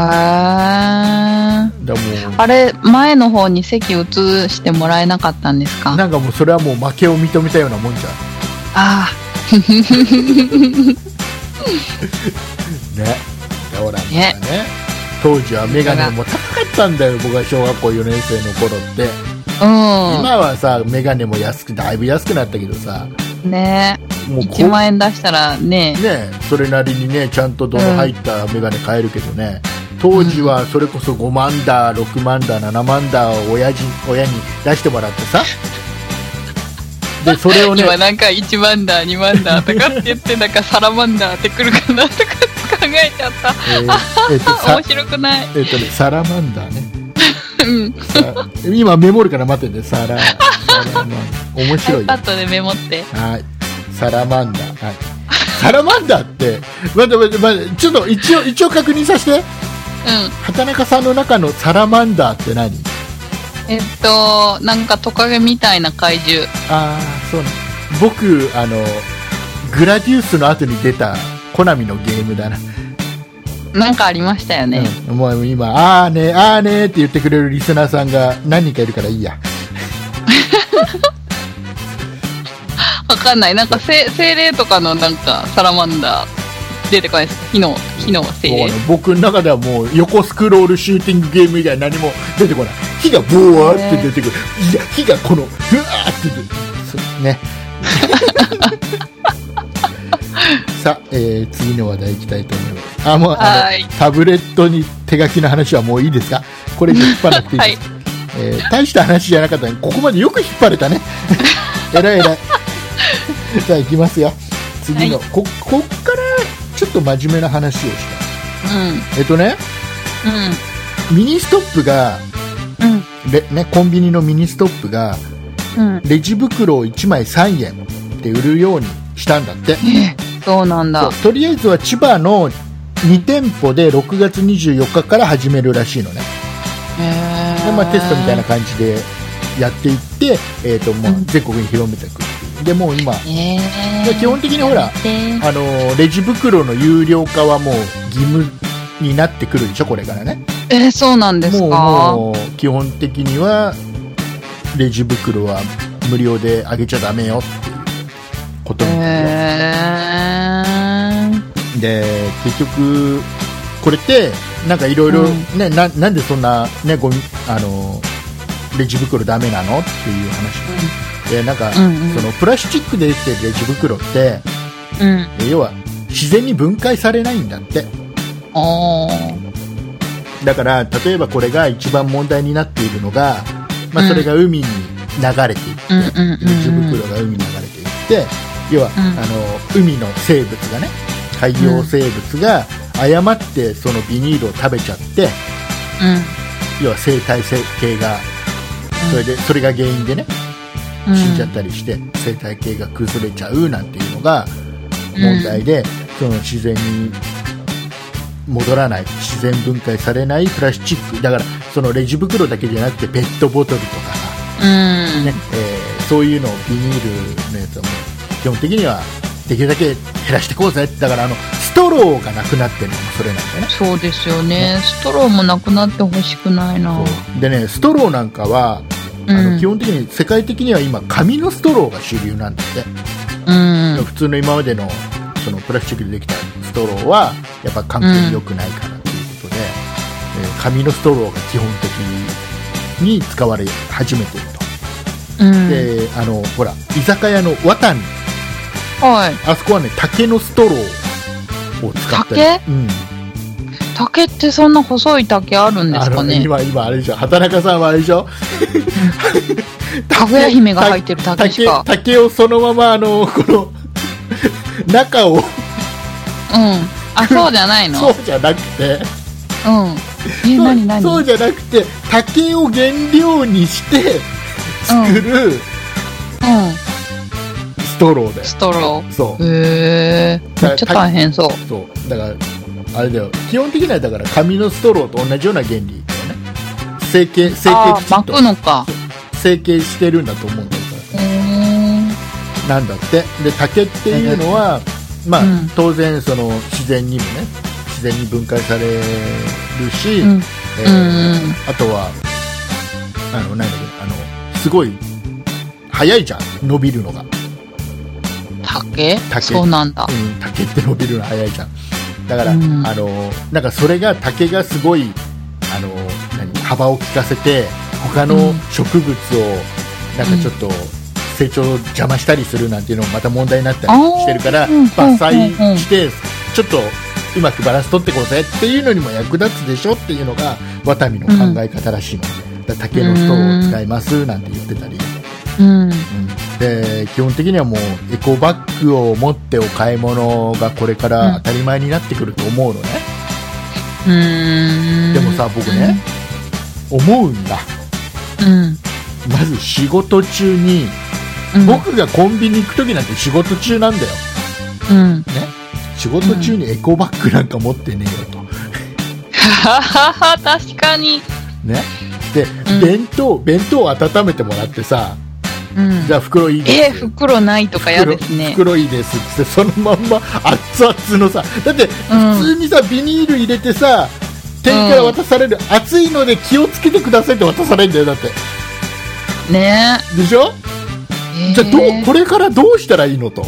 だからもあれ、前の方に席移してもらえなかったんですかうなんかもうそれはもう負けを認めたようなもんじゃんあねだからねね当時は眼鏡も高かったんだよ僕が小学校4年生の頃って、あ、今はさ眼鏡も安くだいぶ安くなったけどさうん。ねもうこ1万円出したらね、ねそれなりにねちゃんと泥入った眼鏡買えるけどね、当時はそれこそ5万だ6万だ7万だを親父親に出してもらってさ でそれをね今なんか1万だ、2万だとかって言って、なんか皿万だってくるかなとか考えちゃった。 えーえっとさ面白くない。えっとねサラマンダーねうん。さ今メモるから待っててサラサラマン面白いよ iPad でメモって。はいサラマンダーはいサラマンダーって待って待って待ってちょっと一応一応確認させてう畑中さんの中のサラマンダーって何ん。えっと、なんかトカゲみたいな怪獣。ああそうなの僕あのグラディウスの後に出たコナミのゲームだな、なんかありましたよね。うんもう今あーねあーねって言ってくれるリスナーさんが何人かいるからいいやわかんない。なんかせ精霊とかのなんかサラマンダー出てこないです。火の、火の精もう霊あの。僕の中ではもう横スクロールシューティングゲーム以外何も出てこない火がブワーって出てくる、いや火がこのうわーって出てくるそうね さあ、えー次の話題いきたいと思いますあもうあはーいのタブレットに手書きの話はもういいですかこれ以上引っ張らなくていいです、えー大した話じゃなかったのにここまでよく引っ張れたねえらいえ らいじゃあいきますよ次の、ここっからちょっと真面目な話をしたいえっとね、ミニストップが、うん。うん。レね、コンビニのミニストップが、うん。うん。レジ袋を1枚3円って売るようにしたんだって。そうなんだ。とりあえずは千葉の2店舗で6月24日から始めるらしいのね。へえ。で、まあテストみたいな。感じでやっていって、えっ、と、まあ全国に広めていくっていう。で、もう今、へでえ。基本的にほらへあのーレジ袋の有料化はもう義務になってくるでしょ、これからね。えー、そうなんですもうかもう基本的にはレジ袋は無料であげちゃダメよっていうことへみたいなえ。で結局これってなんかいろいろうねななんでそんなねごみあのレジ袋ダメなのっていう話でなんか、うんうんそのプラスチックでできてるレジ袋ってうん。要は自然に分解されないんだっておー。だから例えばこれが一番問題になっているのが、まあ、それが海に流れていっうて、んうんうんうんレジ袋が海に流れていって要は、うんあの海の生物がね海洋生物が誤ってそのビニールを食べちゃって要は生態系がそれでそれが原因でねうん。死んじゃったりして、生態系が崩れちゃうなんていうのが問題で、その自然に戻らない自然分解されないプラスチックだからそのレジ袋だけじゃなくてペットボトルとかうん。ねえーそういうのをビニールのやつはもう基本的にはできるだけ減らしていこうぜだからあのストローがなくなってるのもそれなんだよねそうですよね。ストローもなくなってほしくないな。でねストローなんかはあうのん基本的に世界的には今紙のストローが主流なんだってうん。普通の今までのそのプラスチックでできたストローはやっぱ環境に良くないからということで、えー紙のストローが基本的に使われ始めてるうん。と、であのほら居酒屋のワタンはい。あそこはね竹のストローを使ったり竹うん竹ってそんな細い竹あるんであすかのね今今あれでしょ畑中さんはあれでしょかぐや姫が入ってる竹し竹か。竹をそのままあのこの中をうん。あ、そうじゃないのそうじゃなくてうん。え、そうなになにそうじゃなくて竹を原料にして作るうストローだん。よ、ストロそうー。へえ。めっちゃ大変そう。そうだからあれだよ基本的にはだから紙のストローと同じような原理だよね成形成あ形あきー、ちっ巻とくのか。成形してるんだと思うんだけどうーん。なんだってで竹っていうのは、まあうん当然その自然にもね自然に分解されるし、うん。うえーんうんあとはあのなんだっけあのすごい早いじゃん伸びるのが、竹竹そうなんだ。うん、竹って伸びるの早いじゃんだから、うんあのなんかそれが竹がすごいあの何幅を利かせて他の植物をなんかちょっと成長を邪魔したりするなんていうのもまた問題になったりしてるからあーうん伐うんう採んしてちょっとうまくバランス取っていこうぜっていうのにも役立つでしょっていうのがワタミの考え方らしいの、だから竹のストローを使いますなんて言ってたり。うん。で基本的にはもうエコバッグを持ってお買い物がこれから当たり前になってくると思うのね、うーん。でもさ僕ね、思うんだうん。まず仕事中に、うん、僕がコンビニ行く時なんて仕事中なんだようん。 ね仕事中にエコバッグなんか持ってねえよとははは、確かに。ねで、ん弁当弁当を温めてもらってさうんじ。ゃあ袋いいですえー、袋ないとか嫌ですね。袋袋いいですっつってそのまんま熱々のさだってうん普通にさ、ビニール入れてさ店員から渡される、熱いので気をつけてくださいって渡されるんだよだってねでしょ、えーじゃあどうこれからどうしたらいいのと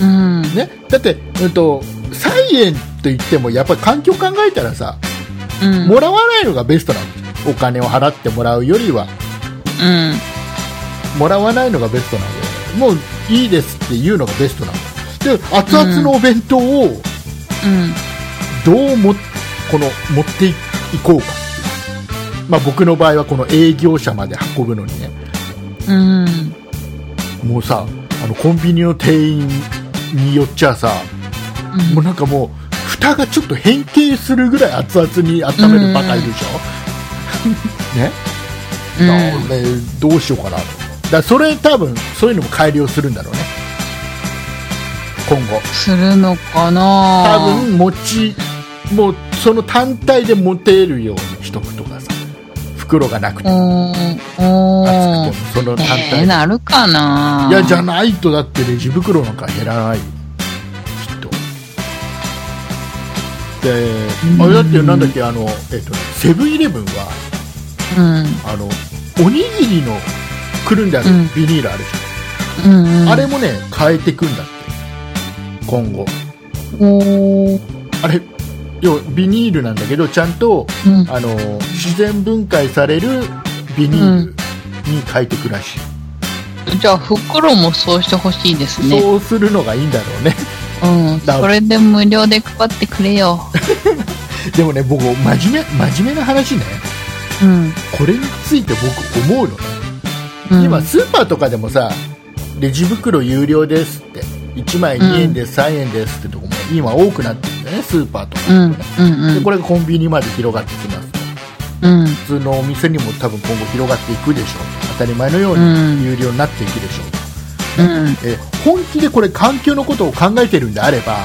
うん。ねだって、うん、と菜園といってもやっぱり環境考えたらさ、うん。もらわないのがベストなのお金を払ってもらうよりはうん。もらわないのがベストなんでもういいですっていうのがベストなので熱々のお弁当を、うん。どうもこの持っていこうかっていう、まあ、僕の場合はこの営業者まで運ぶのにねうん。もうさあのコンビニの店員によっちゃさもうなんかもう蓋がちょっと変形するぐらい熱々に温めるバカいるでしょ、ねうんあれどうしようかなとだからそれ多分そういうのも改良するんだろうね今後するのかな多分持ちもうその単体で持てるようにしとくとかさ袋がなくてもおーおー熱くてもその単え体ー、で、なるかないいやじゃないとだってレジ袋なんか減らないよきっとであれだってなんだっけあの、えっとねセブンイレブンはうん。あのおにぎりのくるんであるうんビニールあるじゃんうん、うん。あれもね、変えていくんだって。今後。おーあれ、要はビニールなんだけど、ちゃんと、うん。あの、自然分解されるビニールに変えていくらしじゃあ、袋もそうしてほしいですい。ね。そうするのがいいんだろうね。うん。だそれで無料で配ってくれよ。でもね、僕、真面目、真面目な話ね。うん。これについて僕思うのね。うん、今、スーパーとかでもさ、レジ袋有料ですって。1枚2円です、3円ですってとこも今多くなってるんだよね、スーパーとかうでもん。ね。うん。うでん。これがコンビニまで広がってきますと。うん。普通のお店にも多分今後広がっていくでしょう当たり前のよううんに有料になっていくでしょう、うん。え本気でこれ環境のことを考えてるんであれば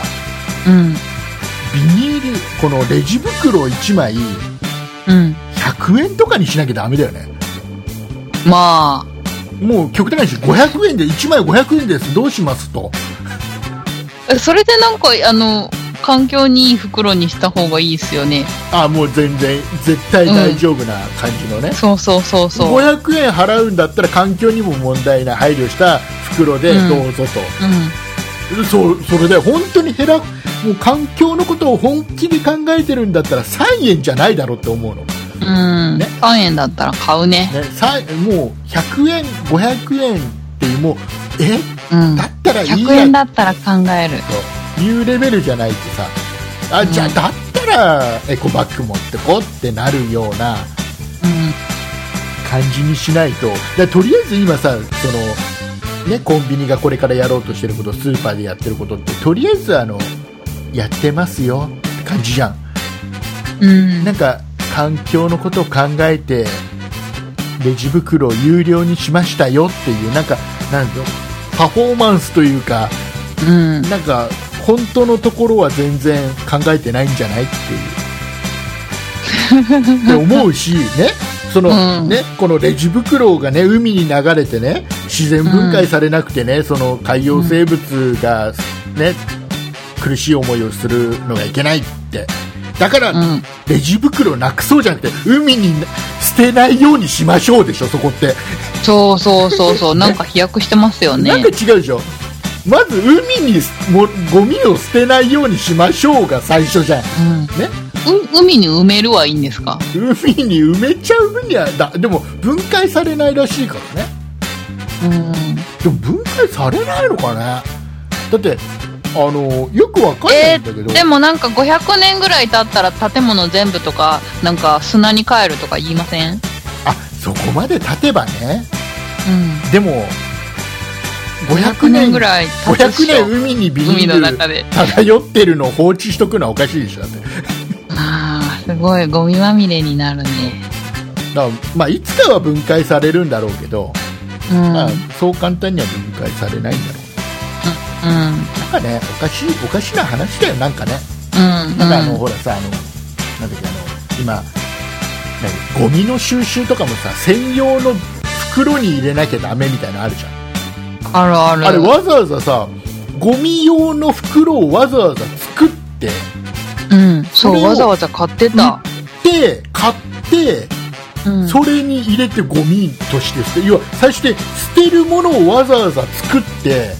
うん。ビニールこのレジ袋を1枚うん。 100円とかにしなきゃダメだよねまあ、もう極端な話500円で1枚500円ですどうしますとえそれでなんか、あの、環境にいい袋にした方がいいですよね。あもう全然絶対大丈夫な感じのね、そうそうそうそう。 500円払うんだったら環境にも問題ない配慮した袋でうんどうぞと、うそうそれで本当に減らもう環境のことを本気で考えてるんだったら3円じゃないだろうって思うの、ね、ん。うん。ね3円だったら買うね。さもう100円500円っていうもうえうん。だったらいい100や円だったら考える。というレベルじゃないとさあじゃあうんだったらエコバッグ持ってこってなるようなう感じにしないとでとりあえず今さそのね、コンビニがこれからやろうとしてることスーパーでやってることってとりあえずあのやってますよって感じじゃんん。うん。なんか環境のことを考えてレジ袋を有料にしましたよっていうなんかなんだろうパフォーマンスというかうん。なんか本当のところは全然考えてないんじゃないって いうって思うしねその、うんねこのレジ袋がね海に流れてね自然分解されなくてね、その海洋生物がね、苦しい思いをするのがいけないってだから、うん。レジ袋なくそうじゃなくて海に捨てないようにしましょうでしょそこって、そうそうそうそう。なんか飛躍してますよなんねか。違うでしょまず海にもゴミを捨てないようにしましょうが最初じゃんうん。ねう海に埋めるはいいんですか海に埋めちゃうにはだでも分解されないらしいからねうん。でも分解されないのかねだってあのよくわかんないんだけど、でもなんか500年ぐらい経ったら建物全部とか、なんか砂に帰るとか言いませんうん。あそこまで経てばねでも500 500年年ぐらい経つっ500しょ年海にビニ海のール中で。 漂ってるのを放置しとくのはおかしいでしょだってああ、すごい、ゴミまみれになるね。からまあ、いつかは分解されるんだろうけど、うん。うん。まあ、そう簡単には分解されないんだろうなんかねおかしいおかしな話だよなんかねうん。なんかあの、ほらさあのなんだっけあの今何ゴミの収集とかもさ専用の袋に入れなきゃダメみたいなのあるじゃんあるある。あれわざわざさゴミ用の袋をわざわざ作ってうん。そそれう、をわざわざ買ってた。で買ってうん。それに入れてゴミとして捨て要は最初で捨てるものをわざわざ作って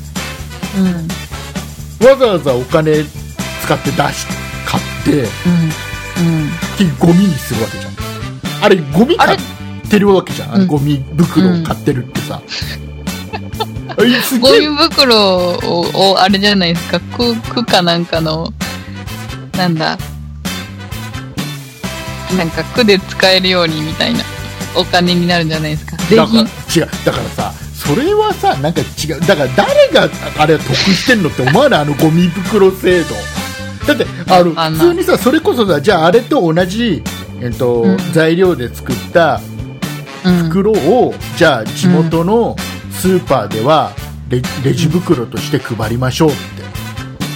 うん。うん。わざわざお金使って出し買ってうん。でゴミにするわけじゃんあれゴミ買ってるわけじゃんあのうんゴミ袋を買ってるって さ、えすゴげミえ袋を、をあれじゃないですか、区、区かなんかの、なんだ、なんか区で使えるようにみたいな、お金になるんじゃないですか。税だから金。違うだからさそれはさなんか違うだから誰があれ得してんのって思わないあのゴミ袋制度だってあのあんな普通にさそれこそさじゃああれと同じ、えっとうん材料で作ったうん。袋をじゃあ地元のスーパーではレレジ袋として配りましょうっ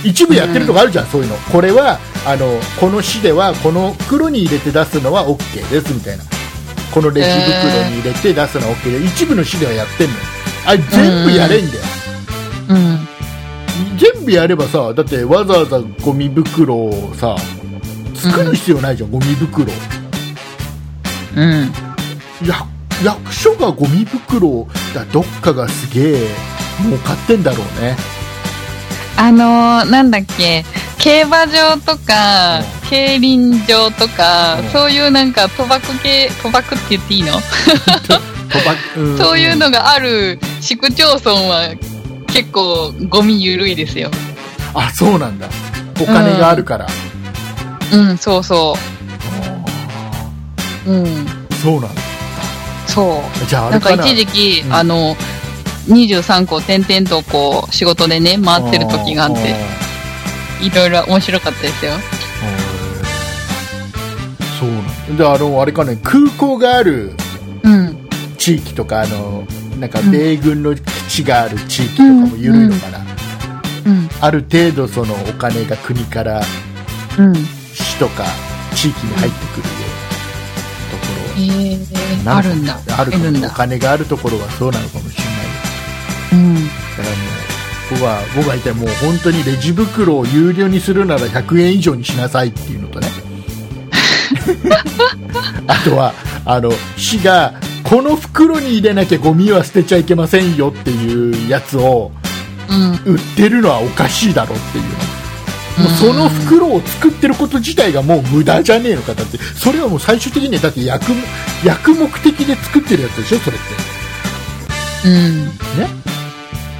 て一部やってるとこあるじゃん、そういうのこれはあのこの市ではこの袋に入れて出すのは OK ですみたいなこのレジ袋に入れて出すのは OK で、一部の市ではやってんのあれ全部やれんだよ、うん。全部やればさだってわざわざゴミ袋をさ作る必要ないじゃん、ゴミ袋うん。や役所がゴミ袋だどっかがすげえ儲かってんだ ろうねあのー、なんだっけ、競馬場とかうん、競輪場とかうん、そういうなんか賭博系、賭博って言っていいの賭博んそういうのがある市区町村は結構ゴミ緩いですよ。あそうなんだお金があるから、うん、そうそあう。うん。ーそうなんだそじゃあう。あなれんかかな一時期、うんあの、23個点々とこう、仕事でね、回ってる時があっーて、いろいろ面白かったですよ。あーそうなんだであのあれかね空港があるうん。地域とかあのなんか米軍の基地がある地域とかも緩いのかな、うん。ある程度そのお金が国からうん。市とか地域に入ってくるようなところへえなんかあるんだ。あるかもんおだ。金があるところはそうなのかもしれないうん。だからもう僕は僕は一体もう本当にレジ袋を有料にするなら100円以上にしなさいっていうの とねあとはあの市がこの袋に入れなきゃゴミは捨てちゃいけませんよっていうやつをうん。売ってるのはおかしいだろっていうもうその袋を作ってること自体がもう無駄じゃねえのかだってそれはもう最終的にはだって役目役目的で作ってるやつでしょそれってうん。ね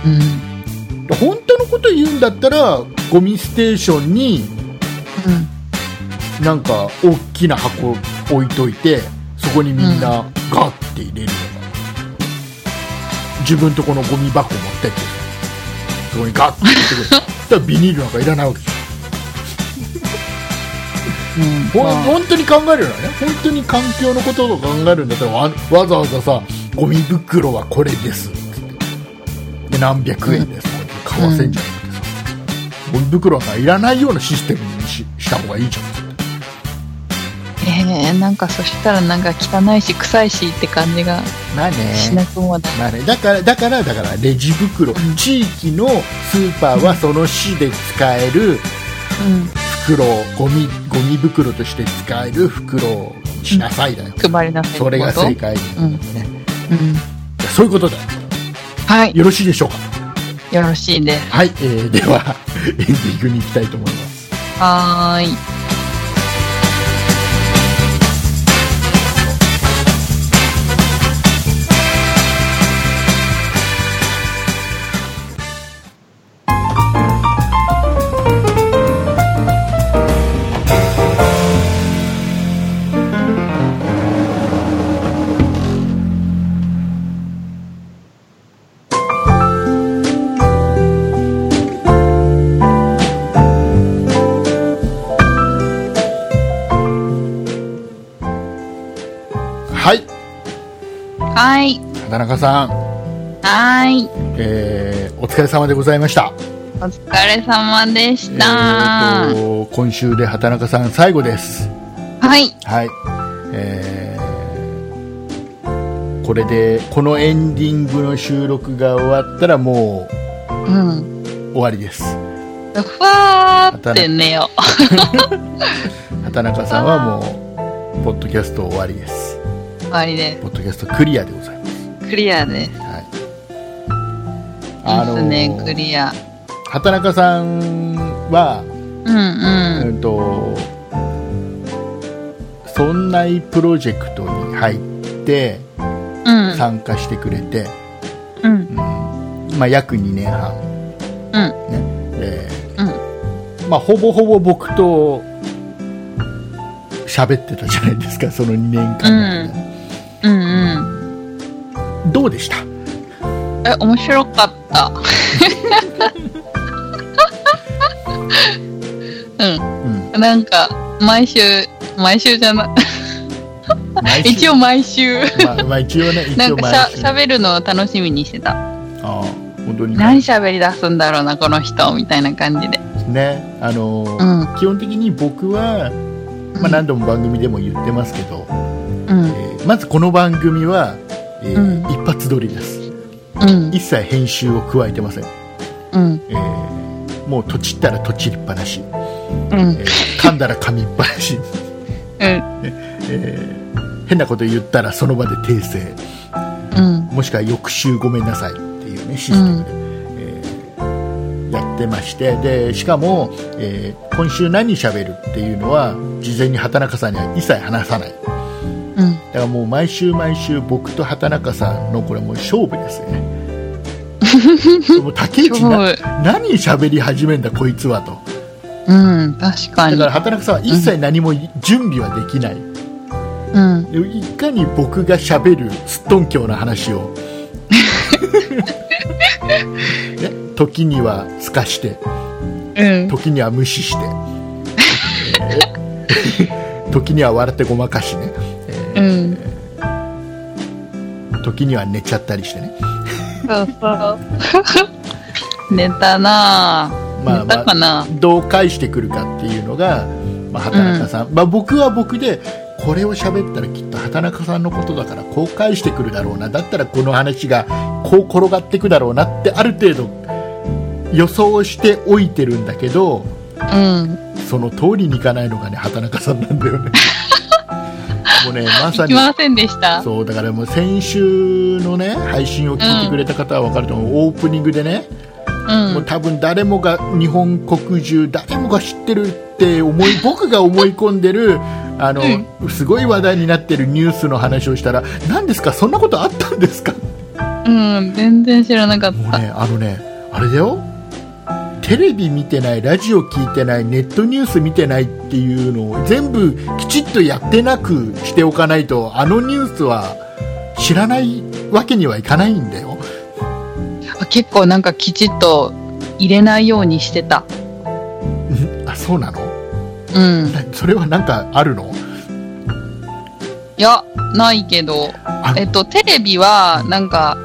うん。本当のこと言うんだったらゴミステーションにうん。なんか大きな箱置いといてそこにみんなガッて入れるのか、自分とこのゴミ箱持ってってそこにガッて入 れてくるだからビニールなんかいらないわけですようん。ほんまあ本当に考えるのはね本当に環境のことを考えるんだったらわわざわざさゴミ袋はこれですっつってで何百円ですとか買わせんじゃなくてさ、ゴミ袋なんかいらないようなシステムにしした方がいいじゃんえー、なんかそしたらなんか汚いし臭いしって感じがまあねしなくもない。まあね、だから、だから、だから、レジ袋、ん地域のスーパーはその市で使える袋を、ゴミ、ゴミ袋として使える袋をしなさいだよ。うん。配りなさいってそことれが正解、うんね。うん。そういうことだよ。はい。よろしいでしょうか。よろしいです。はい、えー、では、エンディングに行きたいと思います。はーい。エはい。田中さん、はい。えーお疲れ様でございました。お疲れ様でした。えーと今週で畑中さん最後です。はい。はい。えーこれで、このエンディングの収録が終わったらもうん。う終わりです。ふわーって寝よう。畑中さんはもう、ポッドキャスト終わりです。終わりでポッドキャストクリアでございます。す。クリアです。ではい。すね、クリア。畑中さんは、うんうん。うんと、そんないプロジェクトに入ってうん。参加してくれて、うん。まあ、約2年半、うん。ねでうん。まあ、ほぼほぼ僕と喋ってたじゃないですかその2年間の間、うんうん。どうでしたえ、面白かった。 ううんん。なんか、毎週、毎週じゃない、毎週 一応毎週。まあまあ一応 ねな一応んか毎しゃ、週喋るのを楽しみにしてた。ああ本当に何喋り出すんだろうな、この人、みたいな感じで。ねあの、う基本的に僕は、まあ、何度も番組でも言ってますけど、うん。えーまずこの番組は、えーうん一発撮りですうん。一切編集を加えてません、うん。えーもうとちったらとちりっぱなし、うんえ。ー噛んだら噛みっぱなし、うん。えー変なこと言ったらその場で訂正うん。もしくは翌週ごめんなさいっていうねシステムで、えーやってましてでしかも、えー今週何喋るっていうのは事前に畑中さんには一切話さないだうん。からもう毎週毎週僕と畑中さんのこれもう勝負ですよねもう竹内な勝何喋り始めんだこいつはとうん。確かだにから。畑中さんは一切何も準備はできない、うん。でいかに僕がしゃべるすっとんきょうな話を、ね、時にはすかしてうん。時には無視して、えー時には笑ってごまかしねうん。時には寝ちゃったりしてねそうそう。寝たなぁ。まあ寝たかなどう返してくるかっていうのが、まあ、畑中さん、まあ、僕は僕でこれを喋ったらきっと畑中さんのことだからこう返してくるだろうなだったらこの話がこう転がってくだろうなってある程度予想しておいてるんだけどうん。その通りにいかないのがね畑中さんなんだよ ねもうねまさ行にきませんでしたそうだからもう先週のね配信を聞いてくれた方は分かると思う、オープニングでね、う。もうん多分誰もが日本国中誰もが知ってるって思 い僕が思い込んでるあの、すごい話題になってるニュースの話をしたら何ですかそんなことあったんですかうもん。全然知らなかっうた。ねあのねあれだよテレビ見てないラジオ聞いてないネットニュース見てないっていうのを全部きちっとやってなくしておかないとあのニュースは知らないわけにはいかないんだよ結構なんかきちっと入れないようにしてた。あそうなのうん。なそれはなんかあるのいや、ないけど。あのえっと、テレビは、なんか、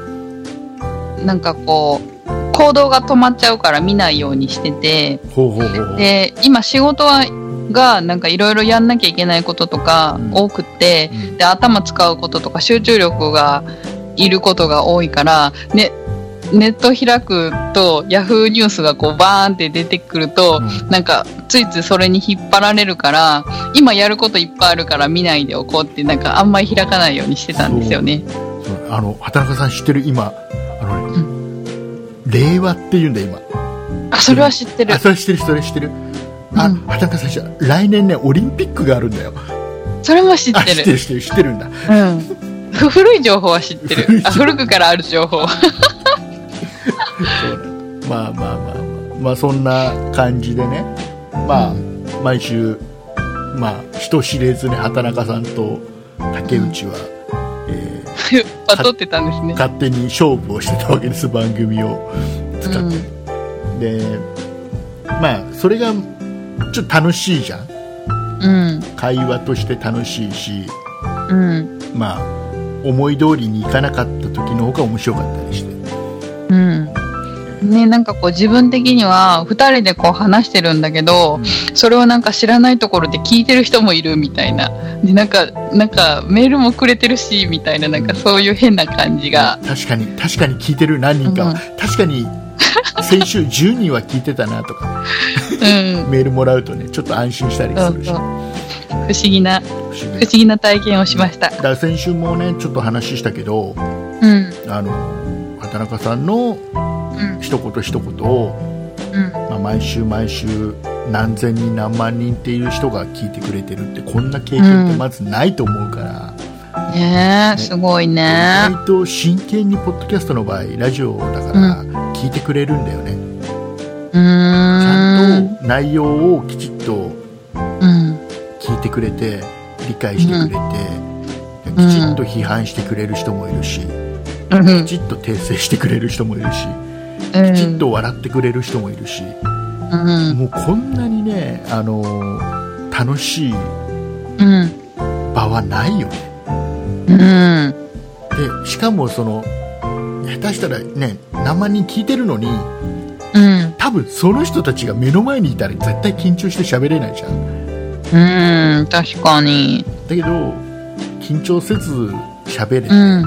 なんかこう、行動が止まっちゃうから見ないようにしてて、ほうほうほうほうで、今仕事は、が、なんかいろいろやんなきゃいけないこととかうん多くって、うんで、頭使うこととか集中力がいることが多いから、ね、ネット開くと、ヤフーニュースがこうバーンって出てくると、うんなんか、ついついそれに引っ張られるから、今やることいっぱいあるから見ないでおこうって、なんかあんまり開かないようにしてたんですよね。そうあの畑中さん知ってる今あの、ね令和って言うんだよあ、それは知って今るあ。それ知ってるそれ知ってるあ、うん畑中さん知ってる来年ねオリンピックがあるん だよそれも知っあて知ってる。る知ってる知ってるんだうん。ふ古い情報は知って古る。い情報あ、古くからある情報。まあまあまあまあ、まあ、そんな感じでねまあ、う毎週まあ人知れずね畑中さんと竹内は、えー バトってたんですね。勝手に勝負をしてたわけです番組を使って、うでまあそれがちょっと楽しいじゃんん。うん。会話として楽しいし、うん。まあ、思い通りにいかなかった時の方が面白かったりしてうん。ね、なんかこう自分的には2人でこう話してるんだけど、それをなんか知らないところで聞いてる人もいるみたいな。で、なんか、なんかメールもくれてるし、みたいな、なんかそういう変な感じが。確かに確かに聞いてる何人かは、うん確かに先週10人は聞いてたなとかうん。メールもらうとねちょっと安心したりそすうるしそう。不思議な、不不思議思議な体験をしました。だから先週もねちょっと話したけうどん。あの畑中さんのうん。一言一言を、うん。まあ、毎週毎週何千人何万人っていう人が聞いてくれてるってこんな経験ってまずないと思うから、ねえ、すごいね意。外と真剣にポッドキャストの場合ラジオだから聞いてくれるんだよね、うーちゃんん。と内容をきちっとうん。聞いてくれて理解してくれて、んきちっと批判してくれる人もいるし、うんき。ちっと訂正してくれる人もいるし、うんきちっと笑ってくれる人もいるし、うん。もうこんなにね、あのー楽しいうん。場はないよね。うん。で、しかもその、下手したらね、何万人聞いてるのに、うん。多分その人たちが目の前にいたら絶対緊張して喋れないじゃん。うん。確かに。だけど、緊張せず喋れて、うん。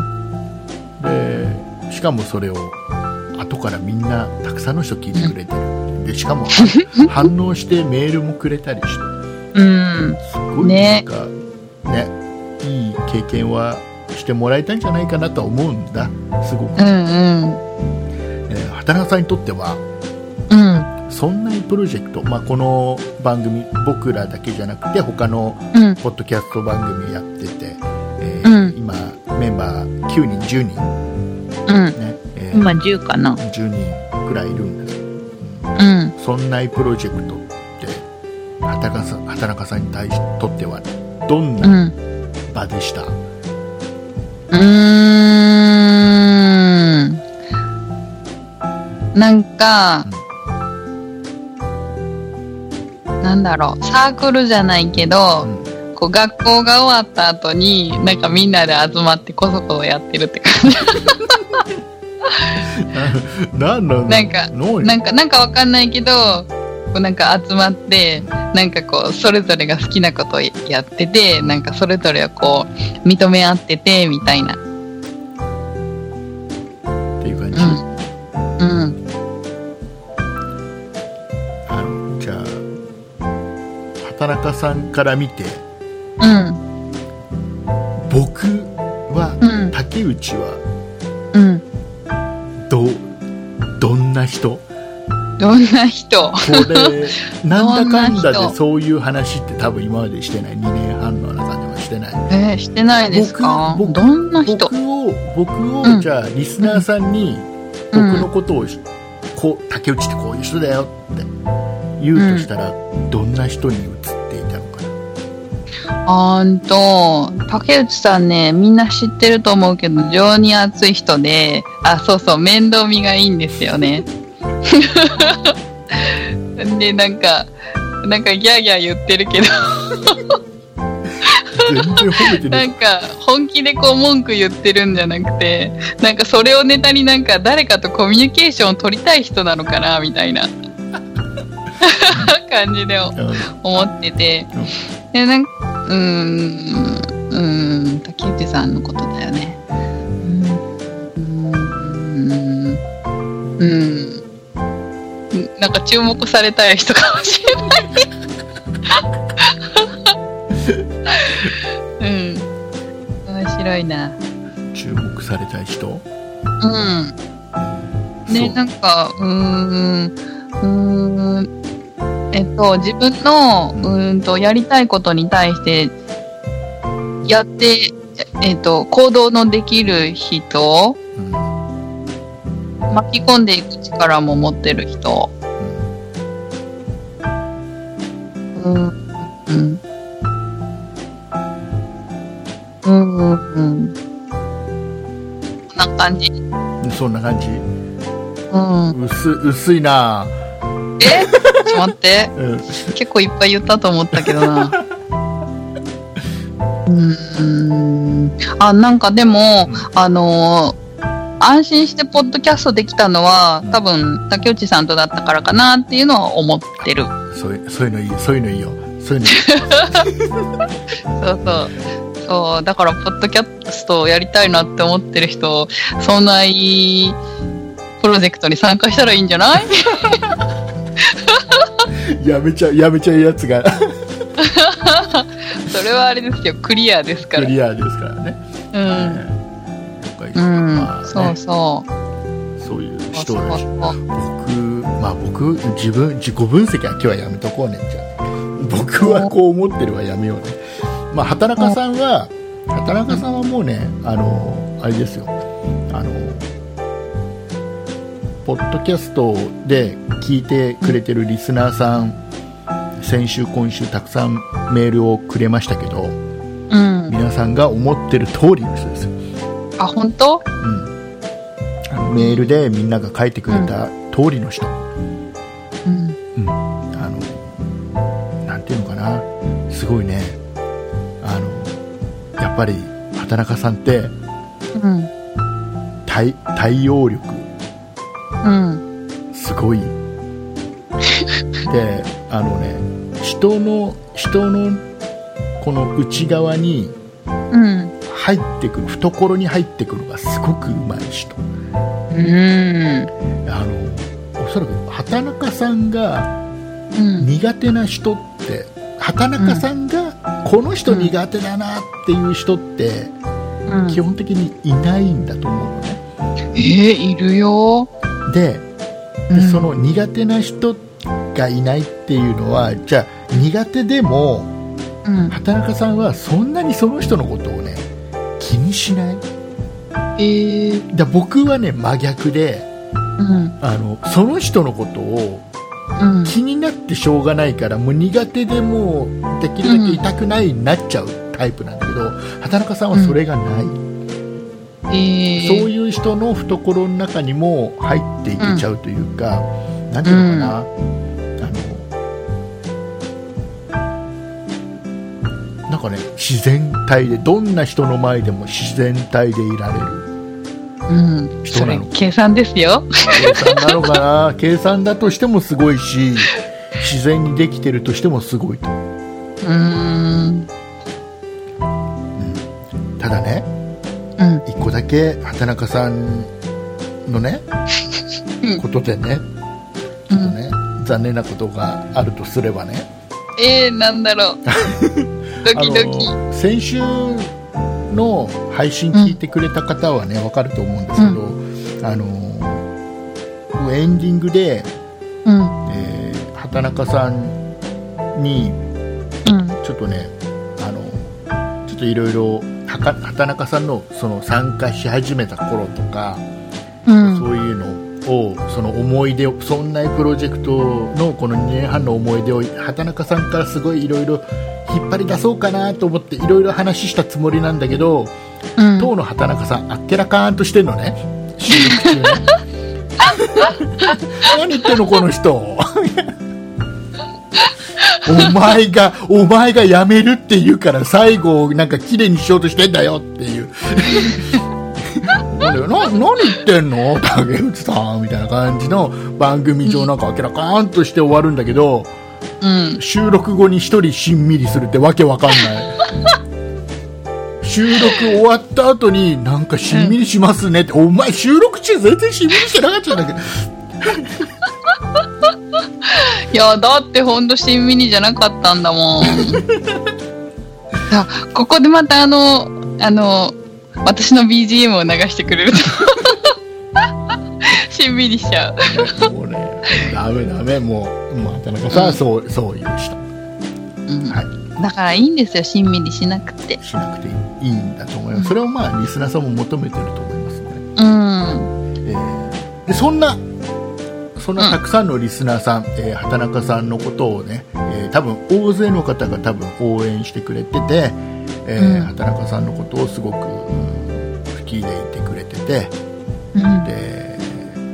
でしかもそれを後からみんなたくさんの人聞いてくれてるでしかもは反応してメールもくれたりしてうん。すごいなんねかねいい経験はしてもらえたんじゃないかなとは思うんだすごく、うえんうん。ー畑中さんにとってはうん。そんなにプロジェクト、まあ、この番組僕らだけじゃなくて他のうん。ポッドキャスト番組やってて、えうーん今メンバー9人10人うん。ね、えー今10かな。 10人くらいいるんですけどうん。そんないプロジェクトって畑中さん畑中さんに対しとってはどんう。なん場 でした、うーん。なんか、なんだろう、サークルじゃないけうど、んこう学校が終わった後に、なんかみんなで集まってこそこそやってるって感じ。ななんなんなんかのなんか、なんかわかんないけど、こうなんか集まって、なんかこう、それぞれが好きなことをやってて、なんかそれぞれをこう、認め合ってて、みたいな。っていう感じ、うん。うん。あのじゃあ畑中さんから見てうん。僕は、うん竹内はうん。どどんな人どんな人これなんだかんどんなだで人そういう話って多分今までしてない2年半の中ではしてないえー、してないですか僕僕どんな人僕を僕を、うんじゃあリスナーさんに、うん僕のことをしこう竹内ってこういう人だよって言うとしたら、どんな人に映っていたのかなあーんと、竹内さんね、みんな知ってると思うけど、情に熱い人で、あ、そうそう、面倒見がいいんですよね。 で、なんか、なんかギャーギャー言ってるけど、全然褒めて なないんか本気でこう文句言ってるんじゃなくて、なんかそれをネタになんか誰かとコミュニケーションを取りたい人なのかな、みたいな感じでうん思っててうん、でなんかうーんうーん竹内さんのことだよねうんうーんうんなんか注目されたい人かもしれないうん面白いな注目されたい人うんそうね、なんか、うーん、うーん、えっと、自分の、うーんと、やりたいことに対して、やって、えっと、行動のできる人、うん巻き込んでいく力も持ってる人、うん、うん、うん、うん、うん、こんな感じ、うんそんな感じうん、薄薄いな、えちょっと待って。うん、結構いっぱい言ったと思ったけどな。うん。あ、なんかでも、あのー安心してポッドキャストできたのは、多分、竹内さんとだったからかなっていうのは思ってる。そういうそういうのいいよそういうのいいよそういうのいいそうそう。そう、だから、ポッドキャストをやりたいなって思ってる人、そんないプロジェクトに参加したらいいんじゃないやめちゃやめちゃうやつが それはあれですけど、クリアですかクら。リアですからね、うん。はいうん、まあそうねそう。そういうそう人そうをそう。僕まあ僕自分自己分析は今日はやめとこうねじゃあ僕はこう思ってるはやめようねまあ畑中さんは畑中さんはもうねあのあれですよあのポッドキャストで聞いてくれてるリスナーさん先週今週たくさんメールをくれましたけどうん。皆さんが思ってる通りの人ですよあ、本当うん、メールでみんなが書いてくれた通りの人、うん。あのなんていうのかなすごいねあのやっぱり畑中さんってうん。対対応力うん。すごいであのね人の人のこの内側にうん。入ってくる懐に入ってくるのがすごくうまい人うん。あのおそらく畑中さんがうん。苦手な人って畑中さんがこの人苦手だなっていう人ってうん基本的にいないんだと思うのねえー、いるよ。でうでんその苦手な人がいないっていうのはじゃあ苦手でもうん。畑中さんはそんなにその人のことをね気にしないえー、だ僕はね真逆でうん。あのその人のことをうん。気になってしょうがないからもう苦手でもうできるだけ痛くないになっちゃうタイプなんだけど、畑中さんはそれがない、えー、そういう人の懐の中にも入っていけちゃうというか、なんていうのかな、あのなんかね自然体でどんな人の前でも自然体でいられるうん。人そなれの、計算ですよ。計算なのか な計算だとしてもすごいし自然にできてるとしてもすごいとうーん。ただねうん。一個だけ畑中さんのねうんことでねちょっとね、残念なことがあるとすればねえー、なんだろう。ドキドキ。あの先週の配信聞いてくれた方はねわかると思うんですけど、あのエンディングで、うん。えー畑中さんにうん。ちょっとねあのちょっといろいろ畑中さんのその参加し始めた頃とか、うん。そういうのをその思い出をそんなプロジェクトのこの2年半の思い出を畑中さんからすごいいろいろ引っ張り出そうかなと思っていろいろ話したつもりなんだけど、うん。当の畑中さんあっけらかーんとしてんのね収録中ね何言ってんのこの人 お前がお前が辞めるって言うから最後なんか綺麗にしようとしてんだよっていう なんだよな何言ってんの竹内さんみたいな感じの番組上なんかあっけらかーんとして終わるんだけどうん。収録後に一人しんみりするってわけわかんない収録終わった後になんかしんみりしますねって、お前収録中全然しんみりしてなかったんだけどいや、だってほんと新ミニじゃなかったんだ もん。さあ、ここでまたあの、あの、私の BGM を流してくれると。 新ミニしちゃう。もうねダメダメもうもう畑中さん、うんそうそういう人うんはだからいいんですよ、新ミニしなくてい。しなくていいんだと思いますそれをまあリスナーさんも求めてると思いますね、うん。えーでそんなそんなたくさんのリスナーさん、えー畑中さんのことをね、えー多分大勢の方が多分応援してくれてて、えーうん畑中さんのことをすごく、うん好きでいてくれててうん。で、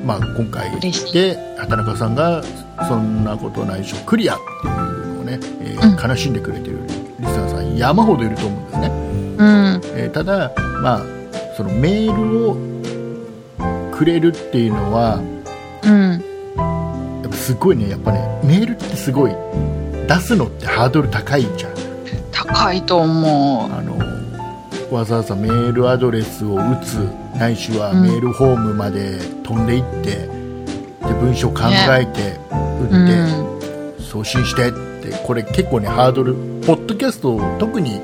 まあ、今回嬉しいで畑中さんがそんなことないしょクリアっていうのをね、えー悲しんでくれてるリスナーさんい山ほどいると思うんですね。うん。えーただ、まあ、そのメールをくれるっていうのはうん。やっぱすごいねやっぱねメールってすごい出すのってハードル高いじゃん高いと思う。あのわざわざメールアドレスを打つないしはうんメールフォームまで飛んでいって、で文章考えてう打って、ん。送信してってこれ結構ねハードルポッドキャスト特に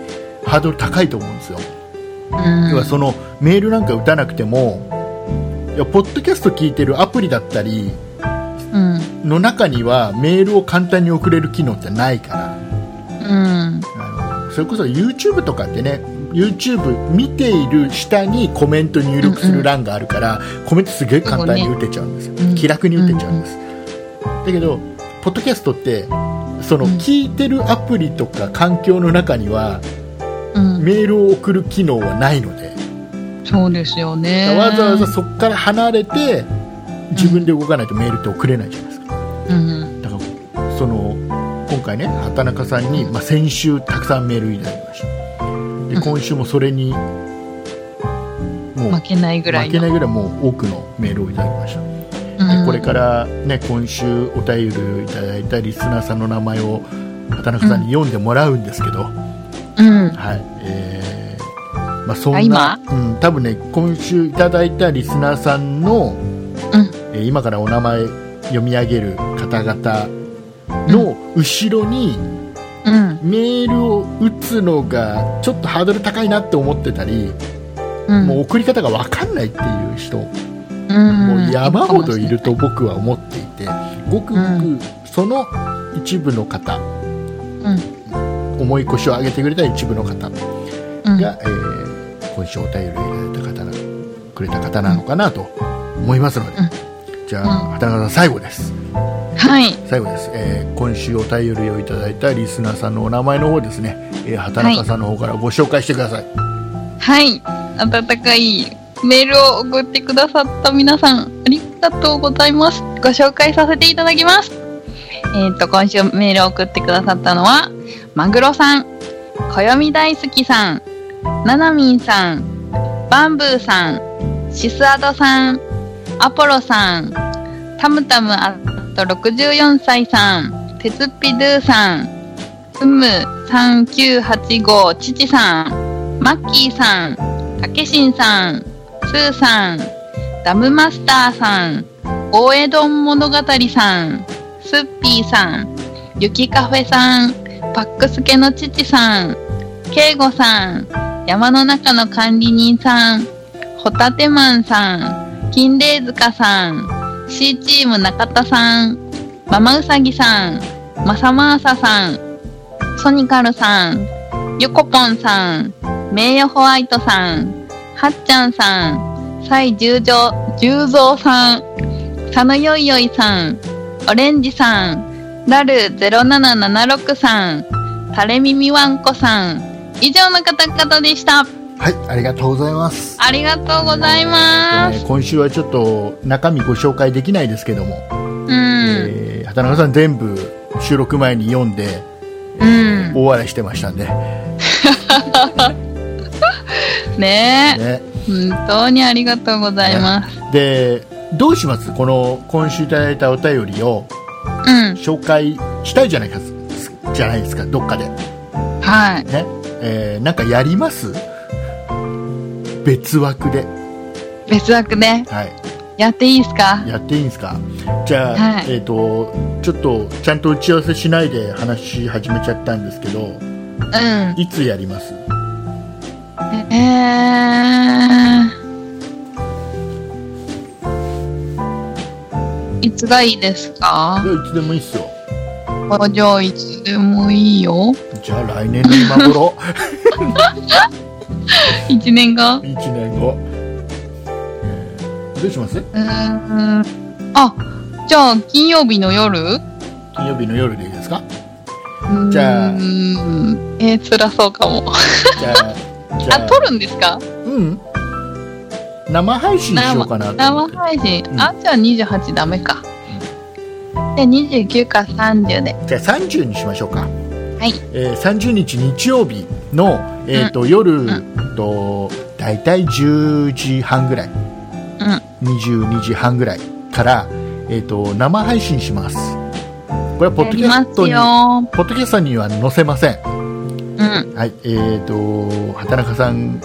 ハードル高いと思うんですよ、うん。要はそのメールなんか打たなくてもいやポッドキャスト聞いてるアプリだったりうん。の中にはメールを簡単に送れる機能ってないからうん。あのそれこそ YouTube とかってね YouTube 見ている下にコメント入力する欄があるから、コメントすげえ簡単に打てちゃうんですよ、うん気楽に打てちゃうんです、だけどポッドキャストってそのうん聞いてるアプリとか環境の中にはうん。メールを送る機能はないので、そうですよね。わざわざそこから離れて自分で動かないとメールって送れないじゃないですかうん。だからその今回ね畑中さんに、まあ、先週たくさんメールいただきましたでうん今週もそれにもう負けないぐらい負の。けないぐらいもう多くのメールをいただきましたうでんこれからね今週お便りいただいたリスナーさんの名前を畑中さんに読んでもらうんですけど、うん。はいえーまあ、そあんな今、うん、多分ね今週いただいたリスナーさんうのん。えー今からお名前読み上げる方々の後ろにうん。メールを打つのがちょっとハードル高いなって思ってたり、うん。もう送り方が分かんないっていう人、うん、もう山ほどいると僕は思っていてごくごくその一部の方うん。思い越しを上げてくれた一部の方が、うん。えー今週お便りをいただいた方なくれた方なのかなと思いますので、じゃあう畑中さん最後です。はい。最後です、えー今週お便りをいただいたリスナーさんのお名前の方ですね、えー畑中さんの方からご紹介してください、はい。温かいメールを送ってくださった皆さん、ありがとうございます。ご紹介させていただきます。えっ、と、今週メールを送ってくださったのは、マグロさん、こよみ大好きさん、ななみんさん、バンブーさん、シスアドさん、アポロさん、タムタムあと64歳さん、てつっぴドゥさん、ふむ3985ちちさん、マッキーさん、たけしんさん、スーさん、ダムマスターさん、大江戸物語さん、スッピーさん、ゆきカフェさん、パックスケの父さん、ケイゴさん、山の中の管理人さん、ホタテマンさん、金霊塚さん、C チーム中田さん、ママウサギさん、マサマーサさん、ソニカルさん、ゆこぽんさん、名誉ホワイトさん、はっちゃんさん、さい十条、十蔵さん、佐野よいよいさん、オレンジさん、ラル0776さん、垂れ耳わんこさん、以上の方々でした。はいありがとうございます、ありがとうございまえす。ー今週はちょっと中身ご紹介できないですけども、うん。えー畑中さん全部収録前に読んで、えーうん大笑いしてましたんで、ね、ねえ。本当にありがとうございます。でどうしますこの今週いただいたお便りをうん。紹介したいじゃないかじゃないですかどっかではい。ね、えーなんかやります別枠で、別枠ではい、やっていいですかやっていいんですかじゃあ、はいえっ、とちょっとちゃんと打ち合わせしないで話し始めちゃったんですけどうん。いつやりますえー、いつがいいですいかやいつでもいいっすよ工場いつでもいいよ。じゃあ来年の 今頃一年後1年後、えーどうしますうーん。あ、じゃあ金曜日の夜金曜日の夜でいいですかじゃあうーん。えー、辛そうかも。じゃあじゃあ、撮るんですかうん生配信しようかなと生思って配信。うんあ、じゃあ28ダメか。じゃあ29か30で。じゃあ30にしましょうかはい。えー30日日曜日、の、えーと夜、と大体10時半ぐらいうん。 22時半ぐらいから、えー、と生配信しますこれはポッやドりキャまスすトによ。ポッドキャストには載せませんうん。はい、えー、と畑中さん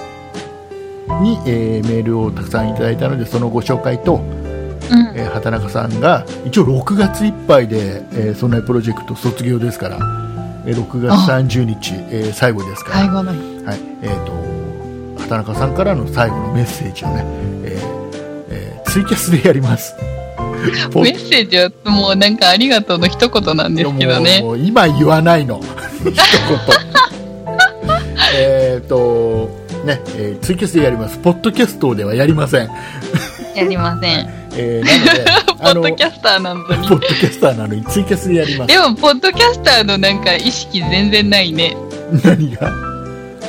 に、えーメールをたくさんいただいたのでそのご紹介と、うん。えー畑中さんが一応6月いっぱいで、えー、そんなプロジェクト卒業ですから、えー6月30日、えー最後ですから、最後の日。はいえー、と畑中さんからの最後のメッセージをね、えーえーツイキャスでやります。ポメッセージはもうなんかありがとうの一言なんですけどね。もう今言わないの 一言えっとね、えーツイキャスでやりますポッドキャストではやりません、やりませ ん。えーなのでポッドキポャスターなのに。ッドキャスターなのにツイキャスでやりますでも、ポッドキャスターのなんか意識全然ないね。何が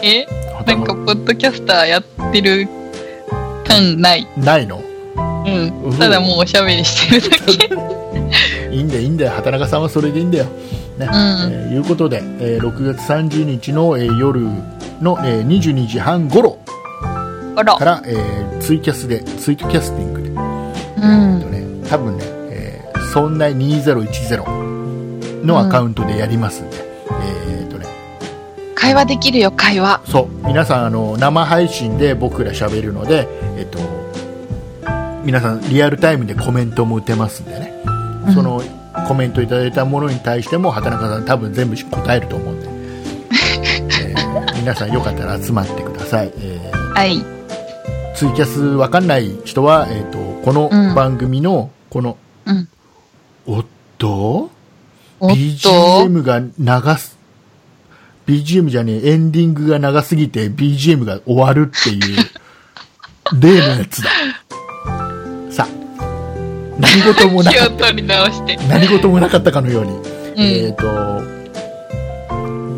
えなんか、ポッドキャスターやってる感ない。ないのう。うんんただもうおしゃべりしてるだけ。いいんだよいいんだよ畑中さんはそれでいいんだよ、ねうんえーいうことで、えー6月30日の、えー夜の、えー22時半頃あらか。ら、えーツイキャスでツイートキャスティングでうえっとん。ね、多分ね、えー、そんな2010のアカウントでやりますんで、えーっとね、会話できるよ、会話。そう、皆さん、あの、生配信で僕ら喋るので、えっと、皆さん、リアルタイムでコメントも打てますんでね、その、コメントいただいたものに対しても、畑中さん、多分全部答えると思うんで、えー皆さん、よかったら集まってください。えーはい。ツイキャスわかんない人は、えーっと、このうん番組の、この、うん。おっとおっと。 BGM が長す、BGM じゃねえ、エンディングが長すぎて BGM が終わるっていう、 例のやつだ。さあ、何事もな気かをっ取り直して。た、何事もなかったかのように、うんえっ、と、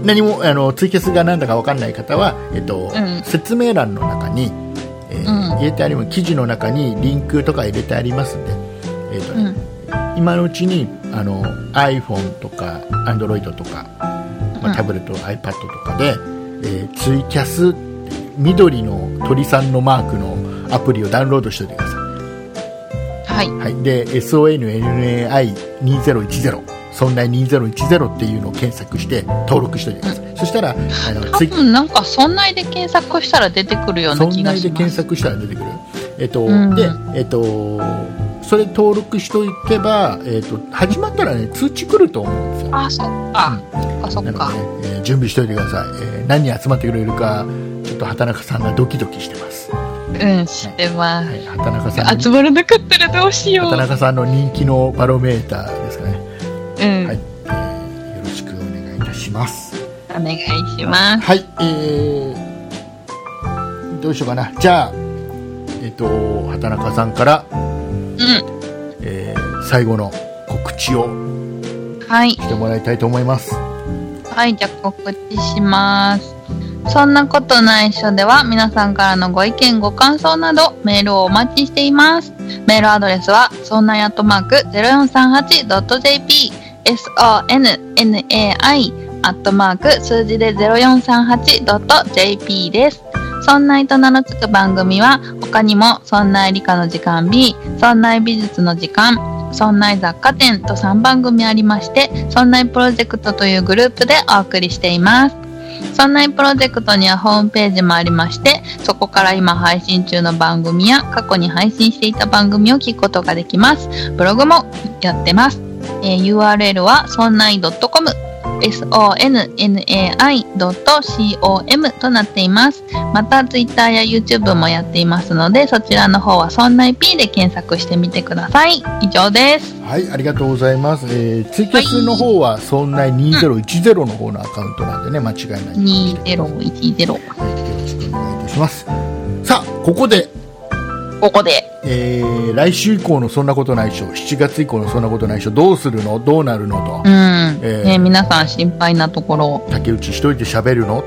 何も、あの、ツイキャスが何だかわかんない方は、えっ、と、うん説明欄の中に、えーうん入れてあります、記事の中にリンクとか入れてありますんで、えっ、とうね、ん。今のうちにあの iPhone とか Android とか、まうんあ、タブレット、iPad とかで、えーツイキャスって緑の鳥さんのマークのアプリをダウンロードしておいてくださはい。い、はい、で SONNAI2010 そんな2010っていうのを検索して登録しておいてください、そしたらあの多ツイ分なんか、そんないで検索したら出てくるようなそん気ながにしでま検す。索したら出てくる、えっとうんでえっとそれ登録しておけば、えっと始まったら、ね、通知来ると思うんですよあ、そっか。そっかそなっか。ので、えー準備しておいてください、えー何人集まってくれるかちょっと畑中さんがドキドキしてます、はうん、知ってます。い、畑中さん集のまらなかったらどうしよう。畑中さんの人気のバロメーターですかね、うん、はいえーよろしくお願いいたしますお願いします。はいえー、どうしようかなじゃあえっ、と畑中さんから、うえー最後の告知をん。はい。してもらいたいと思いますはい、じゃあ告知します。そんなことないっしょでは皆さんからのご意見、ご感想などメールをお待ちしています。メールアドレスは、そんなやとマーク 0438.jp、sonnai アットマーク数字で 0438.jp です。そんないと名の付く番組は他にも、そんない理科の時間 B、そんない美術の時間、そんない雑貨店と3番組ありまして、そんないプロジェクトというグループでお送りしています。そんないプロジェクトにはホームページもありまして、そこから今配信中の番組や過去に配信していた番組を聞くことができます。ブログもやってます。えー URL はそんない .com sonnai.com となっています。また Twitter や YouTube もやっていますので、そちらの方はそんない P で検索してみてください。以上です。はい、ありがとうございます。えー、ツイキャスの方は、そんな2010の方のアカウントなんでね、間違いないようにしてください。 2010。はいよろしくお願いいたします。さあ、ここで、ここで。えー、来週以降のそんなことないっしょ、7月以降のそんなことないっしょ、どうするのどうなるのとう、ん。えーね、皆さん心配なところ。竹内一人で喋るの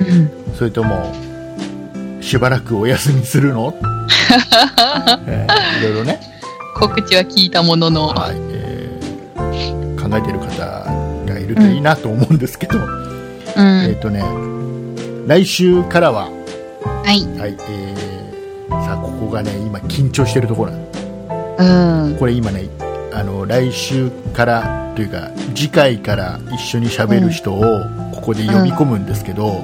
うん。それとも、しばらくお休みする の、えーいろいろね、告知は聞いたものの。はい、えー考えてる方がいるといいなと思うんですけど、うえっ、ん。とね、来週からは、はい。はいえー、さあここがね今緊張してるところなのうん。これ今ねあの来週からというか次回から一緒に喋る人をここで呼び込むんですけど、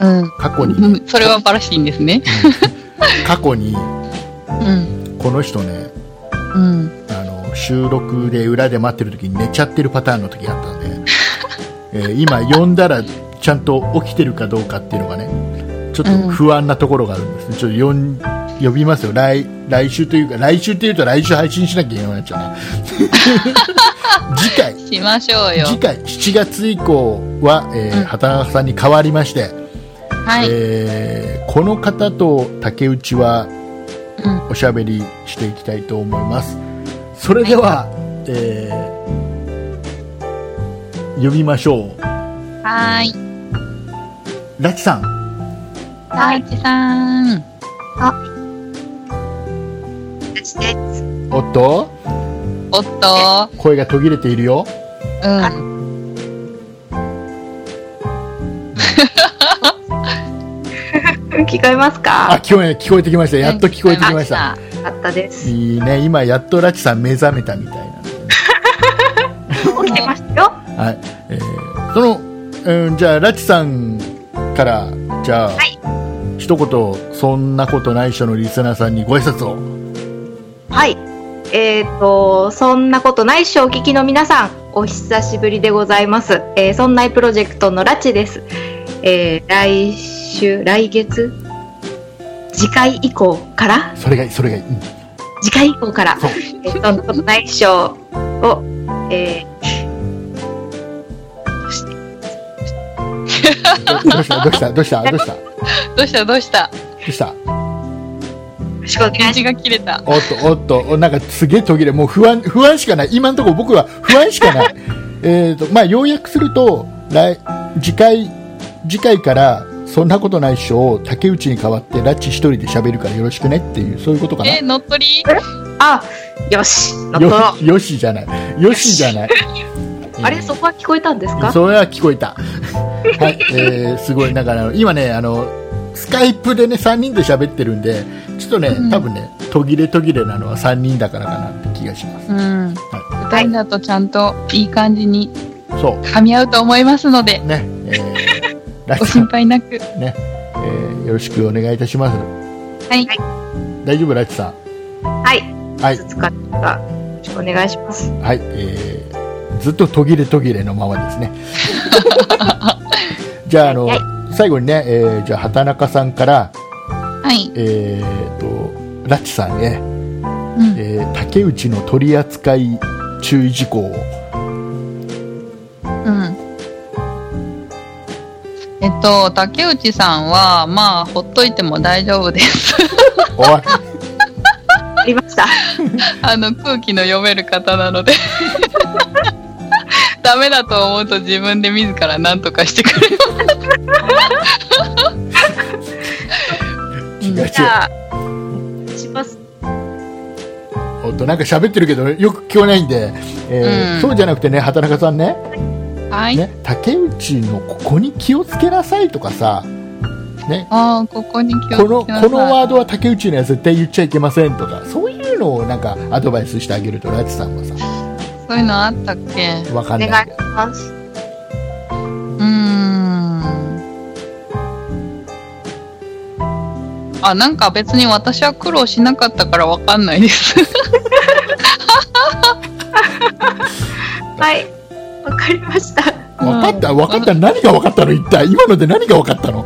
うん過去にうね、ん。それはバラしていいんですね。過去にうん。この人ねうん。あの収録で裏で待ってる時に寝ちゃってるパターンの時あったんで、 えー今呼んだらちゃんと起きてるかどうかっていうのがねちょっと不安なところがあるんですねちょっと呼ん呼びますよ来来週というか来週っていうと来週配信しなきゃいけなくなっちゃうね し次回ましょうよ。次回7月以降は、えーうん畑中さんに代わりまして、はい。えーこの方と竹内はうん。おしゃべりしていきたいと思いますそれでは、えー呼びましょうはーい。ラチさん大地さん。私です。おっとおっと。声が途切れているようん。聞こえますあか。聞こえ聞こえてきましたやっと聞こえてきましたあ。あったです。いいね今やっとラチさん目覚めたみたいなんでね、起きてましたよ。はいえーその、うん、じゃあラチさんからじゃあ、はい一言そんなことないっしょのリスナーさんにご挨拶をはい。えっ、と、そんなことないっしょお聞きの皆さん、お久しぶりでございます。えー、そんないプロジェクトのラチです。えー、来週、来月、次回以降から、それがいいそれがいい、うん次回以降から、そうえー、そんなことないっしょを、えどどうしたどうしたどうしたどうしたどどうしたどうしたうしたー、よろしくお願い電します。池が切れた。おっとおっとおなんかすげえ途切れもう不安不安しかない今のところ僕は不安しかない えっとまあ要約すると来次回次回からそんなことないっしょを竹内に代わってラッチ一人で喋るからよろしくねっていうそういうことかなえ、乗っ取りあ、よし、乗っ取ろよよしじゃないよしじゃないう。あれ、そこは聞こえたんですうんかそれは聞こえ たはい、えー、すごいだから今ねあのスカイプでね3人で喋ってるんでちょっとね、うん多分ね途切れ途切れなのは3人だからかなって気がしますうん。二人だとちゃんといい感じにそう噛み合うと思いますので、ね、えー、ラごチさ心ん、配なく。ね、えーよろしくお願いいたします。はい。大丈夫、ラチさはい。ん。はい、続かがよろしくお願いします。はい、えー、ずっと途切れ途切れのままです ね。じゃあ、あのはい、最後にね、えーじゃあ、畑中さんから、はい。えーと、ラチさんへ、うん。えー竹内の取り扱い注意事項を。うん。えっと、竹内さんは、まあ、ほっといても大丈夫です。 おい、ありました。あの、空気の読める方なので。 ダメだと思うと自分で自ら何とかしてくれる。 気がじち。ゃあ、します。おっと、なんか喋ってるけど、よく聞こえないんで、えーうんそうじゃなくてね、畑中さんね、はい。ね、竹内のここに気をつけなさいとかさ、ね、ああ、ここに気こをのつこけなさい。のワードは竹内には絶対言っちゃいけませんとかそういうのをなんかアドバイスしてあげるとラチさんはさそういうのあったっけわかおん願いないします。うーん。あ、なんか別に私は苦労しなかったからわかんない です。はい、わかりました。分かったうん分かった何が分かったの一体今ので何が分かったの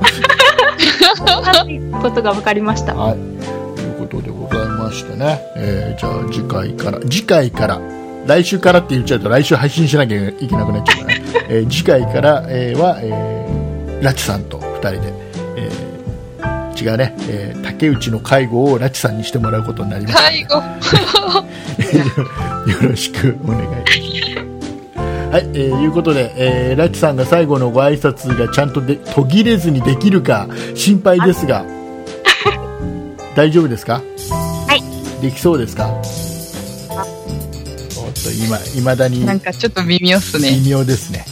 ことがわかりました。ははいということでございましてね、えーじゃあ次回から次回から来週からって言っちゃうと来週配信しなきゃいけなくなっちゃうか ら、ねえー次回から、えーは、えーラチさんと2人で、えー違うね、えー竹内の介護をラチさんにしてもらうことになりました、最後。 よろしくお願いいたします。はい、えー、いうことで、えー、ラチさんが最後のご挨拶がちゃんとで途切れずにできるか心配ですが、大丈夫ですかはい。できそうですかおっと、今、いまだになんかちょっと微妙っす微ね。妙ですね。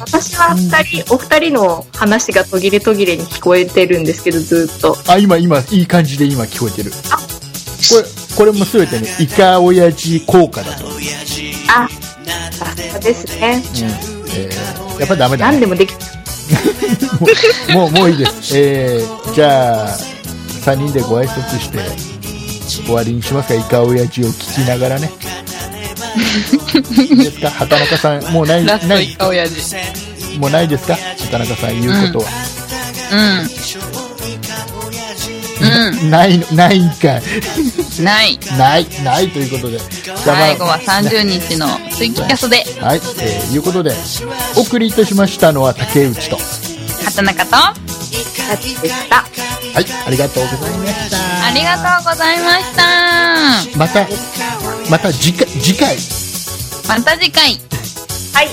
私は二人、お二人の話が途切れ途切れに聞こえてるんですけど、ずーっと。あ、今、今、いい感じで今聞こえてる。これ、これもすべてね、イカオヤジ効果だと。うんあ、さすがですね。えーやっぱダメだ、何ね。でもできもう、もういいです。えーじゃあ、3人でご挨拶して、終わりにしますか、イカオヤジを聞きながらね。いいですか畑中さん、もうない、ラスなトイい、カオヤジ。もうないですか畑中さん言うことは。うん。うないの、ないんかん。い。ない。ない、ないということで。最後は30日のツイキャスで、はい、えー、いうことで、お送りいたしましたのは竹内と。畑中と、あたでした。はい、ありがとうございました。りがとうございました。また、また次回、次回。また次回。はい。